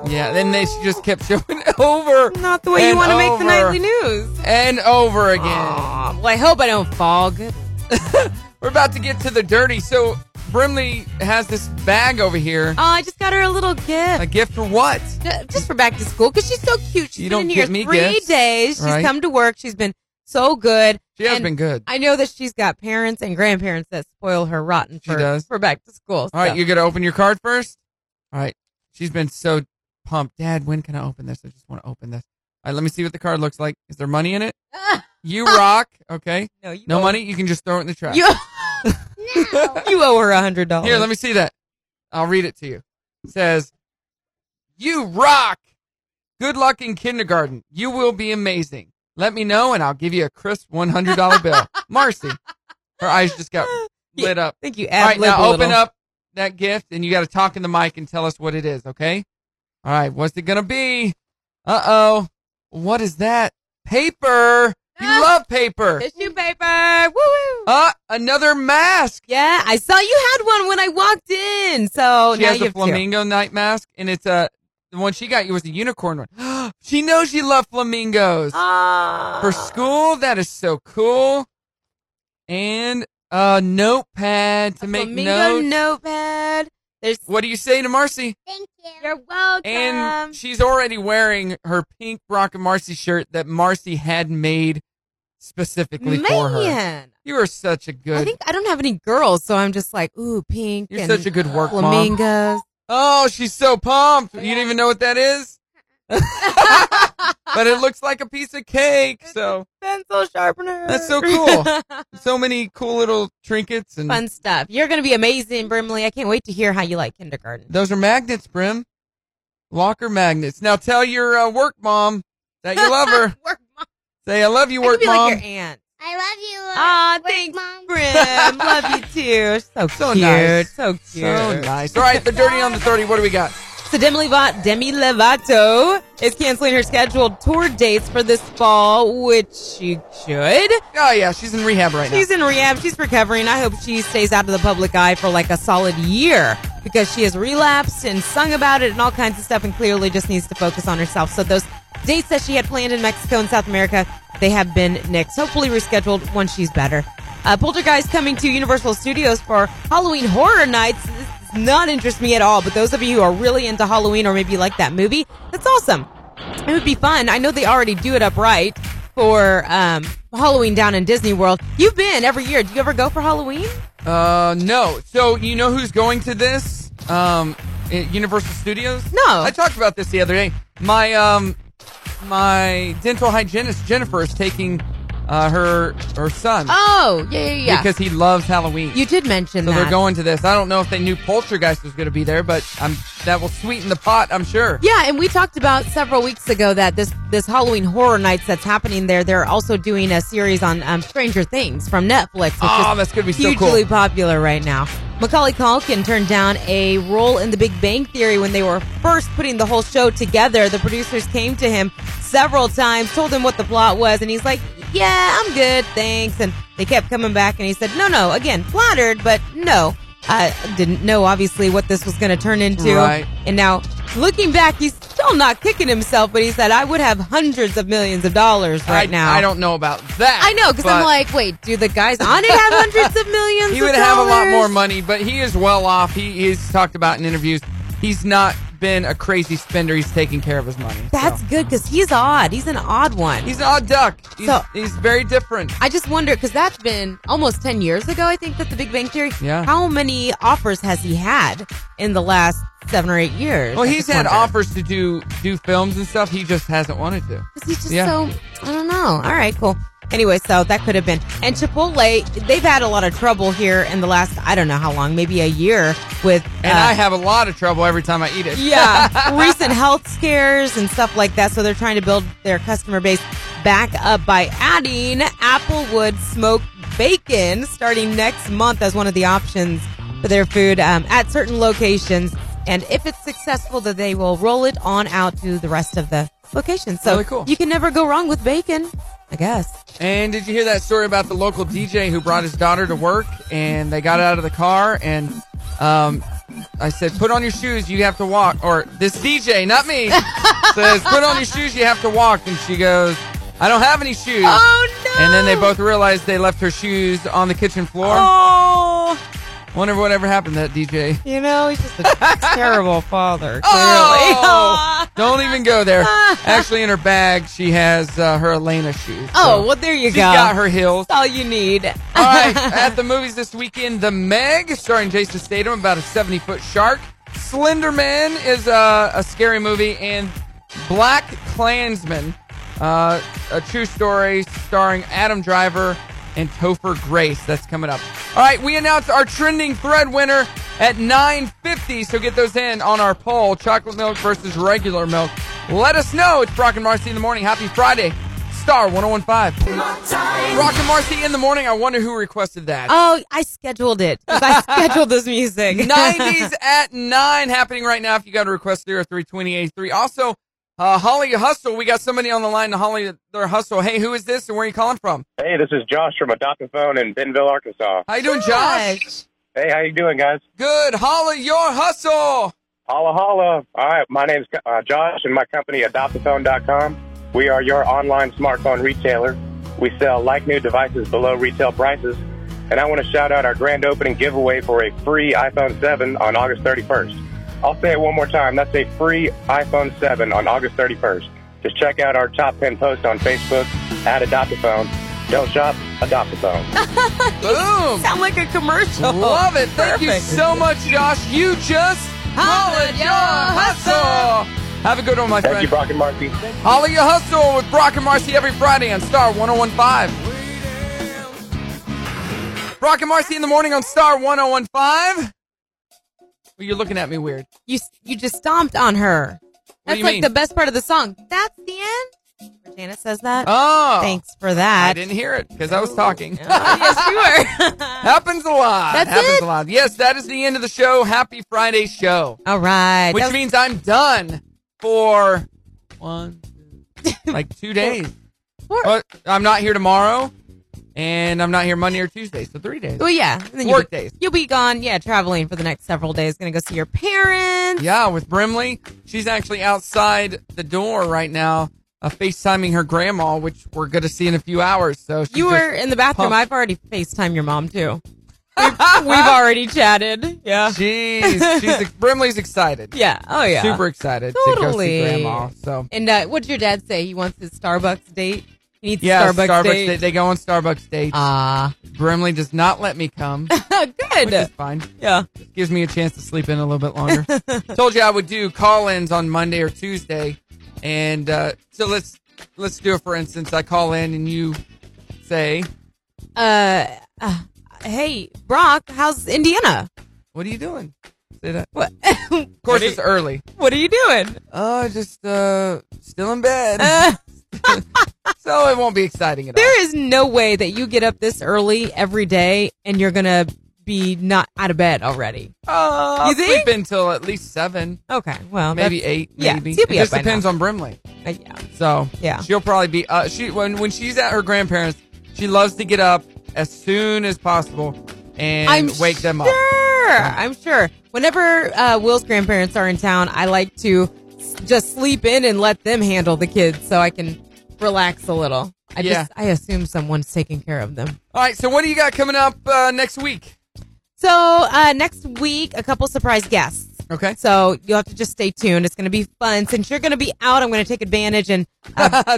Speaker 1: Yeah, and then she just kept showing over
Speaker 2: Not the way you
Speaker 1: And
Speaker 2: want to make
Speaker 1: over.
Speaker 2: the nightly news. Ah.
Speaker 1: and over again.
Speaker 2: Aw, well, I hope I don't fall. Good.
Speaker 1: We're about to get to the dirty. So Brimley has this bag over here.
Speaker 2: Oh, I just got her a little gift.
Speaker 1: A gift for what?
Speaker 2: Ju- just for back to school because she's so cute. She's
Speaker 1: You
Speaker 2: been
Speaker 1: don't
Speaker 2: in here
Speaker 1: get me
Speaker 2: three
Speaker 1: gifts,
Speaker 2: days. She's
Speaker 1: right?
Speaker 2: come to work. She's been so good.
Speaker 1: She has
Speaker 2: And
Speaker 1: been good.
Speaker 2: I know that she's got parents and grandparents that spoil her rotten
Speaker 1: She
Speaker 2: for,
Speaker 1: does.
Speaker 2: for back to school.
Speaker 1: All right,
Speaker 2: so.
Speaker 1: you gonna open your card first? All right. She's been so pumped. Dad, when can I open this? I just want to open this. All right, let me see what the card looks like. Is there money in it? You rock. Okay.
Speaker 2: no, you
Speaker 1: No
Speaker 2: owe-
Speaker 1: money? You can just throw it in the trash.
Speaker 2: You,
Speaker 5: No.
Speaker 2: you owe her a hundred dollars.
Speaker 1: Here, let me see that. I'll read it to you. It says, You rock. Good luck in kindergarten. You will be amazing. Let me know and I'll give you a crisp $100 bill. Marcy. Her eyes just got lit up.
Speaker 2: Thank you.
Speaker 1: All right,
Speaker 2: ad-lib
Speaker 1: now
Speaker 2: a
Speaker 1: open
Speaker 2: little.
Speaker 1: up that gift and you got to talk in the mic and tell us what it is, okay? All right, what's it going to be? Uh oh. What is that? Paper. You
Speaker 2: Ah.
Speaker 1: love paper.
Speaker 2: tissue paper. Woo woo.
Speaker 1: Uh, another mask.
Speaker 2: yeah, I saw you had one when I walked in. So
Speaker 1: she
Speaker 2: Oh, now
Speaker 1: has
Speaker 2: you
Speaker 1: a
Speaker 2: have two.
Speaker 1: flamingo night mask, and it's a the one she got you was a unicorn one. she knows you love flamingos
Speaker 2: Ah.
Speaker 1: for school. That is so cool. And a notepad to make
Speaker 2: Flamingo
Speaker 1: notes.
Speaker 2: notepad. There's.
Speaker 1: what do you say to Marcy?
Speaker 5: Thank you.
Speaker 2: You're welcome. Um,
Speaker 1: And she's already wearing her pink Brock and Marcy shirt that Marcy had made specifically for her.
Speaker 2: man,
Speaker 1: You are such a
Speaker 2: I
Speaker 1: good.
Speaker 2: think I don't have any girls, so I'm just like, ooh, pink.
Speaker 1: you're
Speaker 2: and
Speaker 1: such a good work mom.
Speaker 2: flamingos.
Speaker 1: Oh, she's so pumped. You didn't even know what that is? but it looks like a piece of cake. So
Speaker 2: Pencil sharpener.
Speaker 1: that's so cool. So many cool little trinkets and
Speaker 2: Fun stuff. You're going to be amazing, Brimley. I can't wait to hear how you like kindergarten.
Speaker 1: Those are magnets, Brim. Locker magnets. Now tell your uh, work mom that you love her.
Speaker 2: Work mom.
Speaker 1: Say, I love you,
Speaker 2: I could
Speaker 1: work
Speaker 2: be
Speaker 1: mom.
Speaker 2: like your aunt.
Speaker 5: I love you. Lord.
Speaker 2: Aw,
Speaker 5: Where's
Speaker 2: thanks,
Speaker 5: Mom?
Speaker 2: Brim. Love you too. So,
Speaker 1: So
Speaker 2: cute.
Speaker 1: nice.
Speaker 2: So cute.
Speaker 1: so nice. All right, the dirty on the 30. What do we got?
Speaker 2: So Demi Lovato, Demi Lovato is canceling her scheduled tour dates for this fall, which she should.
Speaker 1: Oh, yeah, she's in rehab right
Speaker 2: She's in rehab. She's recovering. I hope she stays out of the public eye for like a solid year because she has relapsed and sung about it and all kinds of stuff and clearly just needs to focus on herself. So those dates that she had planned in Mexico and South America, they have been nixed. Hopefully rescheduled once she's better. Uh, Poltergeist coming to Universal Studios for Halloween Horror Nights. This does not interest me at all, but those of you who are really into Halloween or maybe like that movie, that's awesome. It would be fun. I know they already do it upright for um, Halloween down in Disney World. You've been every year. Do you ever go for Halloween?
Speaker 1: now. Uh, no. So, you know who's going to this? Um, at Universal Studios?
Speaker 2: No.
Speaker 1: I talked about this the other day. My, um, my dental hygienist, Jennifer, is taking, uh, her, her son.
Speaker 4: Oh, yeah, yeah, yeah.
Speaker 1: Because he loves Halloween.
Speaker 2: You did mention
Speaker 1: So
Speaker 2: that.
Speaker 1: they're going to this. I don't know if they knew Poltergeist was going to be there, but i that will sweeten the pot, I'm sure.
Speaker 2: yeah, and we talked about several weeks ago that this this Halloween Horror Nights that's happening there. They're also doing a series on um, Stranger Things from Netflix. which
Speaker 1: Oh,
Speaker 2: is
Speaker 1: that's gonna be so
Speaker 2: hugely
Speaker 1: cool.
Speaker 2: popular right now. Macaulay Culkin turned down a role in The Big Bang Theory when they were first putting the whole show together. The producers came to him several times, told him what the plot was, and he's like, "Yeah, I'm good, thanks." And they kept coming back, and he said, "No, no, again, flattered, but no." I didn't know, obviously, what this was going to turn into.
Speaker 1: Right.
Speaker 2: And now, looking back, he's still not kicking himself, but he said, I would have hundreds of millions of dollars right
Speaker 1: I,
Speaker 2: now.
Speaker 1: I don't know about that.
Speaker 2: I know, because I'm
Speaker 1: but
Speaker 2: like, wait, do the guys on it have hundreds of millions?
Speaker 1: he
Speaker 2: of
Speaker 1: would have a lot
Speaker 2: dollars?
Speaker 1: more money, but he is well off. He he's talked about in interviews. He's not been a crazy spender. He's taking care of his money. so.
Speaker 2: That's good because he's odd. He's an odd one.
Speaker 1: he's an odd duck. He's,
Speaker 2: So-
Speaker 1: he's very different.
Speaker 2: I just wonder because that's been almost ten years ago. I think that the Big Bang Theory.
Speaker 1: Yeah.
Speaker 2: How many offers has he had in the last seven or eight years?
Speaker 1: Well,
Speaker 2: I
Speaker 1: he's
Speaker 2: just
Speaker 1: had
Speaker 2: wonder.
Speaker 1: offers to do do films and stuff. He just hasn't wanted to.
Speaker 2: 'Cause He's just
Speaker 1: Yeah.
Speaker 2: so I don't know. All right, cool. Anyway, so that could have been. And Chipotle, they've had a lot of trouble here in the last I don't know how long, maybe a year with.
Speaker 1: And
Speaker 2: uh,
Speaker 1: I have a lot of trouble every time I eat it.
Speaker 2: yeah, recent health scares and stuff like that. So they're trying to build their customer base back up by adding Applewood smoked bacon starting next month as one of the options for their food um, at certain locations. And if it's successful, then they will roll it on out to the rest of the locations. So
Speaker 1: Really cool.
Speaker 2: you can never go wrong with bacon, I guess.
Speaker 1: And did you hear that story about the local DJ who brought his daughter to work and they got out of the car and um, I said, put on your shoes, you have to walk. Or this DJ, not me, says, put on your shoes, you have to walk. And she goes, I don't have any shoes.
Speaker 2: Oh no!
Speaker 1: And then they both realized they left her shoes on the kitchen floor.
Speaker 2: Oh,
Speaker 1: Wonder whatever happened to that DJ.
Speaker 2: you know, he's just a terrible father. Clearly.
Speaker 1: Oh! Don't even go there. Actually, in her bag, she has uh, her Elena shoes.
Speaker 2: Oh,
Speaker 1: so
Speaker 2: well, there you
Speaker 1: she's
Speaker 2: go.
Speaker 1: got her heels.
Speaker 2: That's all you need.
Speaker 1: All right, at the movies this weekend, The Meg, starring Jason Statham, about a 70 foot shark. Slender Man is uh, a, a scary movie, and Black Klansman, uh, a true story starring Adam Driver and Topher Grace. That's coming up. All right, we announced our trending thread winner at 9.50, so get those in on our poll chocolate milk versus regular milk. Let us know. It's Brock and Marcy in the morning. Happy Friday. Star 1015. Rock and Marcy in the morning. I wonder who requested that.
Speaker 2: Oh, I scheduled it. 'cause I scheduled this music.
Speaker 1: 90s at 9 happening right now if you got a request 032083. Also, uh, Holly Hustle, we got somebody on the line to Holly their Hustle. Hey, who is this and where are you calling from?
Speaker 10: Hey, this is Josh from Adoptaphone in Bentonville, Arkansas.
Speaker 1: How you doing, Josh?
Speaker 2: Gosh.
Speaker 10: Hey, how you doing, guys?
Speaker 1: Good. Holly, your hustle.
Speaker 10: Holla, holla. All right, my name's uh, Josh, and my company, Adoptaphone.com. We are your online smartphone retailer. We sell like-new devices below retail prices, and I want to shout out our grand opening giveaway for a free iPhone 7 on August 31st. I'll say it one more time. That's a free iPhone 7 on August 31st. Just check out our top 10 post on Facebook at Adoptaphone. Don't shop, Adoptaphone.
Speaker 1: Boom.
Speaker 2: Sound like a commercial.
Speaker 1: Love it. Thank you
Speaker 2: Perfect.
Speaker 1: so much, Josh. You just
Speaker 2: Hollered your hustle.
Speaker 1: Have a good one, my
Speaker 10: Thank
Speaker 1: friend.
Speaker 10: you, Brock and Marcy.
Speaker 1: Holly You Hustle with Brock and Marcy every Friday on Star 1015. Brock and Marcy in the morning on Star 1015. Well, you're looking at me weird.
Speaker 2: You s- you just stomped on her.
Speaker 1: What do
Speaker 2: That's
Speaker 1: you
Speaker 2: like
Speaker 1: mean?
Speaker 2: the best part of the song. That's the end. Regina says that.
Speaker 1: Oh.
Speaker 2: Thanks for that.
Speaker 1: I didn't hear it because I was talking.
Speaker 2: yes, you were.
Speaker 1: Happens a lot.
Speaker 2: That's
Speaker 1: Happens
Speaker 2: it?
Speaker 1: a lot. Yes, that is the end of the show. Happy Friday show.
Speaker 2: All right.
Speaker 1: Which
Speaker 2: That was-
Speaker 1: means I'm done for one, like two days.
Speaker 2: Four.
Speaker 1: But I'm not here tomorrow, and I'm not here Monday or Tuesday, so three days.
Speaker 2: well, Oh, yeah. And then
Speaker 1: Work
Speaker 2: you'll be,
Speaker 1: days.
Speaker 2: You'll be gone. Yeah, traveling for the next several days. Gonna go see your parents.
Speaker 1: Yeah, with Brimley. She's actually outside the door right now, uh, FaceTiming her grandma, which we're going to see in a few hours. So she's
Speaker 2: You
Speaker 1: just-
Speaker 2: were in the bathroom.
Speaker 1: pumped.
Speaker 2: I've already FaceTime your mom too. We've, we've already chatted. Yeah.
Speaker 1: Jeez, she's ex- Brimley's excited.
Speaker 2: Yeah. Oh yeah.
Speaker 1: Super excited
Speaker 2: Totally.
Speaker 1: to go see grandma. So
Speaker 2: And uh, what did your dad say? He wants his Starbucks date. He needs
Speaker 1: yeah,
Speaker 2: Starbucks, date.
Speaker 1: They, they go on Starbucks dates.
Speaker 2: Ah,
Speaker 1: Brimley does not let me come,
Speaker 2: good.
Speaker 1: which is fine.
Speaker 2: yeah.
Speaker 1: gives me a chance to sleep in a little bit longer. Told you I would do call-ins on Monday or Tuesday, and uh, so let's let's do it. For instance, I call in and you say,
Speaker 2: Uh, uh, hey, Brock, how's Indiana?
Speaker 1: "What are you doing?" Say that.
Speaker 2: What?
Speaker 1: Of course, it's early.
Speaker 2: what are you doing?
Speaker 1: Oh, just uh, still in bed,
Speaker 2: Uh,
Speaker 1: so it won't be exciting at all.
Speaker 2: there is no way that you get up this early every day and you're gonna be not out of bed already.
Speaker 1: Uh, I'll
Speaker 2: You think?
Speaker 1: sleep until at least seven,
Speaker 2: Okay. Well,
Speaker 1: maybe eight.
Speaker 2: yeah,
Speaker 1: maybe.
Speaker 2: so you'll be
Speaker 1: it
Speaker 2: up
Speaker 1: just
Speaker 2: by now.
Speaker 1: depends on Brimley.
Speaker 2: that's- uh, yeah.
Speaker 1: So
Speaker 2: Yeah.
Speaker 1: she'll probably be uh, she when when she's at her grandparents, she loves to get up as soon as possible and
Speaker 2: I'm
Speaker 1: wake them up.
Speaker 2: Sure, I'm sure. Whenever uh, Will's grandparents are in town, I like to s- just sleep in and let them handle the kids so I can relax a little. I
Speaker 1: Yeah.
Speaker 2: just I assume someone's taking care of them.
Speaker 1: All right, so what do you got coming up uh, next week?
Speaker 2: So uh, next week, a couple surprise guests.
Speaker 1: Okay.
Speaker 2: So you'll have to just stay tuned. It's going to be fun. Since you're going to be out, I'm going to take advantage and uh,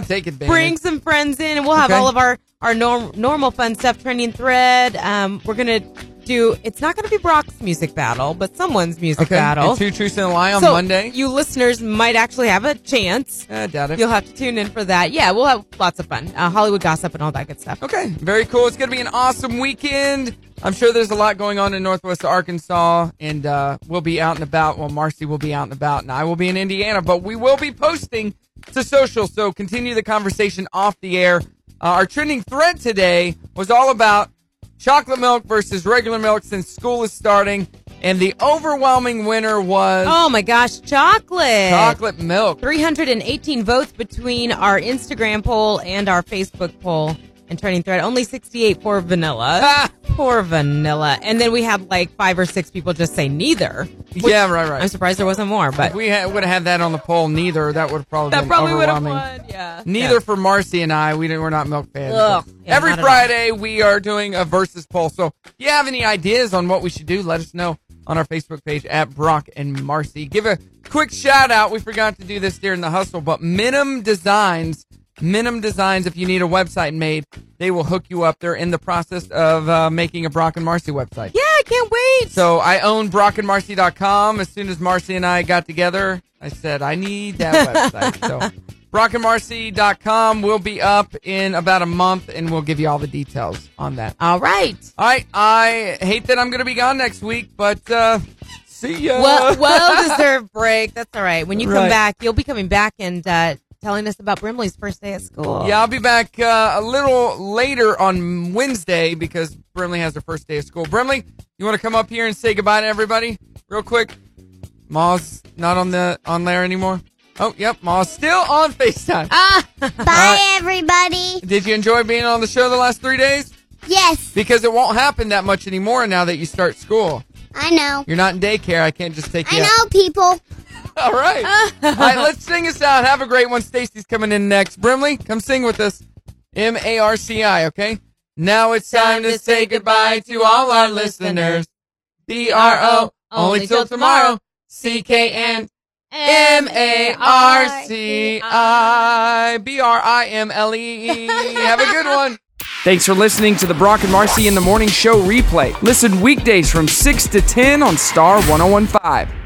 Speaker 1: Take advantage.
Speaker 2: bring some friends in, and we'll have
Speaker 1: Okay.
Speaker 2: all of our our norm, normal fun stuff. Trending thread. Um, we're going to do. It's not going to be Brock's music battle, but someone's music
Speaker 1: okay.
Speaker 2: battle.
Speaker 1: and Two truths and a lie on
Speaker 2: so
Speaker 1: Monday.
Speaker 2: you listeners might actually have a chance.
Speaker 1: I doubt it.
Speaker 2: You'll have to tune in for that. Yeah, we'll have lots of fun. Uh, Hollywood gossip and all that good stuff.
Speaker 1: Okay, very cool. It's going to be an awesome weekend. I'm sure there's a lot going on in Northwest Arkansas, and uh, we'll be out and about. Well, Marcy will be out and about, and I will be in Indiana, but we will be posting to social. So continue the conversation off the air. Uh, our trending thread today was all about chocolate milk versus regular milk since school is starting, and the overwhelming winner was
Speaker 2: Oh my gosh, chocolate.
Speaker 1: chocolate milk.
Speaker 2: 318 votes between our Instagram poll and our Facebook poll and trending thread. Only 68 for vanilla. Poor vanilla. And then we had like five or six people just say neither. which
Speaker 1: yeah, right, right.
Speaker 2: I'm surprised there wasn't more,
Speaker 1: If
Speaker 2: but
Speaker 1: we ha- would have had that on the poll, neither that would have probably
Speaker 2: that
Speaker 1: been
Speaker 2: probably would have
Speaker 1: overwhelming.
Speaker 2: won. Yeah.
Speaker 1: Neither
Speaker 2: Yeah.
Speaker 1: for Marcy and I. We didn't, we're not milk fans.
Speaker 2: Ugh.
Speaker 1: but
Speaker 2: Yeah,
Speaker 1: Every
Speaker 2: not at all.
Speaker 1: Friday we are doing a versus poll. So if you have any ideas on what we should do, let us know on our Facebook page at Brock and Marcy. Give a quick shout out. We forgot to do this during the hustle, but Minim Designs, Minim Designs. If you need a website made, they will hook you up. They're in the process of uh, making a Brock and Marcy website.
Speaker 2: Yeah, I can't wait.
Speaker 1: So I own brockandmarcy.com. As soon as Marcy and I got together, I said, I need that website. So brockandmarcy.com will be up in about a month and we'll give you all the details on that.
Speaker 2: All right.
Speaker 1: All right. I hate that I'm going to be gone next week, but uh, see ya.
Speaker 2: Well, well deserved break. That's all right. When you
Speaker 1: Right.
Speaker 2: come back, you'll be coming back and uh, telling us about Brimley's first day at school.
Speaker 1: yeah, I'll be back uh, a little later on Wednesday because Brimley has her first day of school. Brimley, you want to come up here and say goodbye to everybody real quick? Ma's not on the on there anymore. Oh, yep, Ma's still on FaceTime.
Speaker 5: Bye, everybody.
Speaker 1: Did you enjoy being on the show the last three days?
Speaker 5: Yes,
Speaker 1: Because it won't happen that much anymore now that you start school.
Speaker 5: I know.
Speaker 1: You're not in daycare. I can't just take
Speaker 5: I
Speaker 1: you. out.
Speaker 5: know, Oh, people.
Speaker 1: All right. All right, let's sing us out. Have a great one. Stacy's coming in next. Brimley, come sing with us. M A R C I, okay? Now it's time to say goodbye to all our listeners. B R O, only till tomorrow. C K N M A R C I B R I M L E E. Have a good one. Thanks for listening to the Brock and Marcy in the Morning Show replay. Listen weekdays from 6 to 10 on Star 1015.